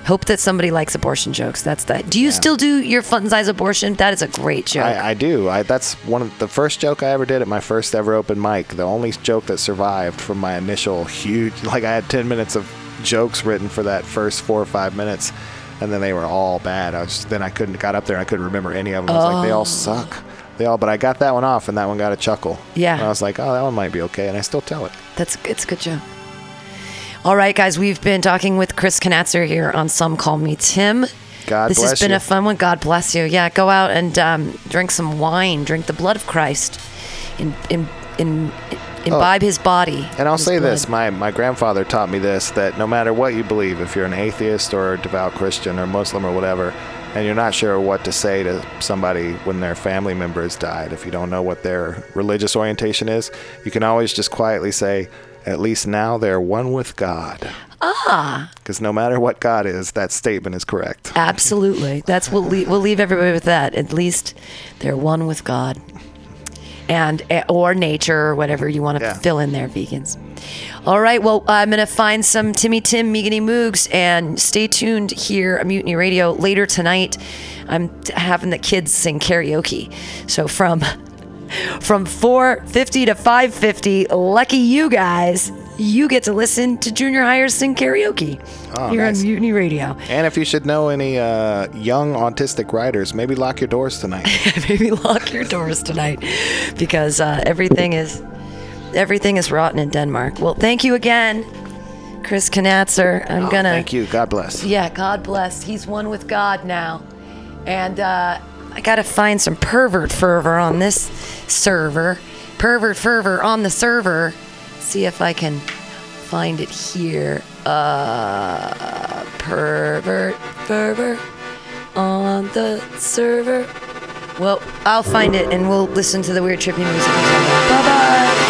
[SPEAKER 2] Hope that somebody likes abortion jokes. That's that. Do you still do your fun size abortion? That is a great joke.
[SPEAKER 3] I, I do. I, that's one of the first joke I ever did at my first ever open mic. The only joke that survived from my initial huge, like I had 10 minutes of jokes written for that first four or five minutes, and then they were all bad. I was, then I couldn't got up there. and I couldn't remember any of them. I was like, they
[SPEAKER 2] Oh.
[SPEAKER 3] all suck. They all, but I got that one off, and that one got a chuckle.
[SPEAKER 2] Yeah.
[SPEAKER 3] And I was like, oh, that one might be okay, and I still tell it.
[SPEAKER 2] That's it's a good joke. All right, guys, we've been talking with Chris Knatzer here on Some Call Me Tim.
[SPEAKER 3] God
[SPEAKER 2] this
[SPEAKER 3] bless
[SPEAKER 2] has been
[SPEAKER 3] you.
[SPEAKER 2] a fun one. God bless you. Yeah, go out and um, drink some wine. Drink the blood of Christ. In, in, in, imbibe his body.
[SPEAKER 3] Oh. And I'll
[SPEAKER 2] his
[SPEAKER 3] say this:
[SPEAKER 2] blood.
[SPEAKER 3] my my grandfather taught me this that no matter what you believe, if you're an atheist or a devout Christian or Muslim or whatever, and you're not sure what to say to somebody when their family member has died, if you don't know what their religious orientation is, you can always just quietly say, "At least now they're one with God." Ah. Because no matter what God is, that statement is correct.
[SPEAKER 2] Absolutely. That's we'll leave, we'll leave everybody with that. At least they're one with God, and eh, or nature or whatever you want to
[SPEAKER 3] Yeah.
[SPEAKER 2] fill in there, vegans. All right. Well, I'm gonna find some Timmy Tim Meegany Moogs and stay tuned here at Mutiny Radio later tonight. I'm t- having the kids sing karaoke, so from from 450 to 550 lucky you guys you get to listen to junior hires sing karaoke here
[SPEAKER 3] Oh, nice.
[SPEAKER 2] on mutiny radio
[SPEAKER 3] And if you should know any uh, young autistic writers, maybe lock your doors tonight.
[SPEAKER 2] maybe lock your doors tonight because uh, everything is everything is rotten in Denmark. Well, thank you again, Chris Knatzer. I'm gonna
[SPEAKER 3] Oh, Thank you. God bless.
[SPEAKER 2] yeah, God bless. He's one with God now. And uh, I got to find some pervert fervor on this server. Pervert fervor on the server. See if I can find it here. Uh, pervert fervor on the server. Well, I'll find it and we'll listen to the weird trippy music. Bye bye.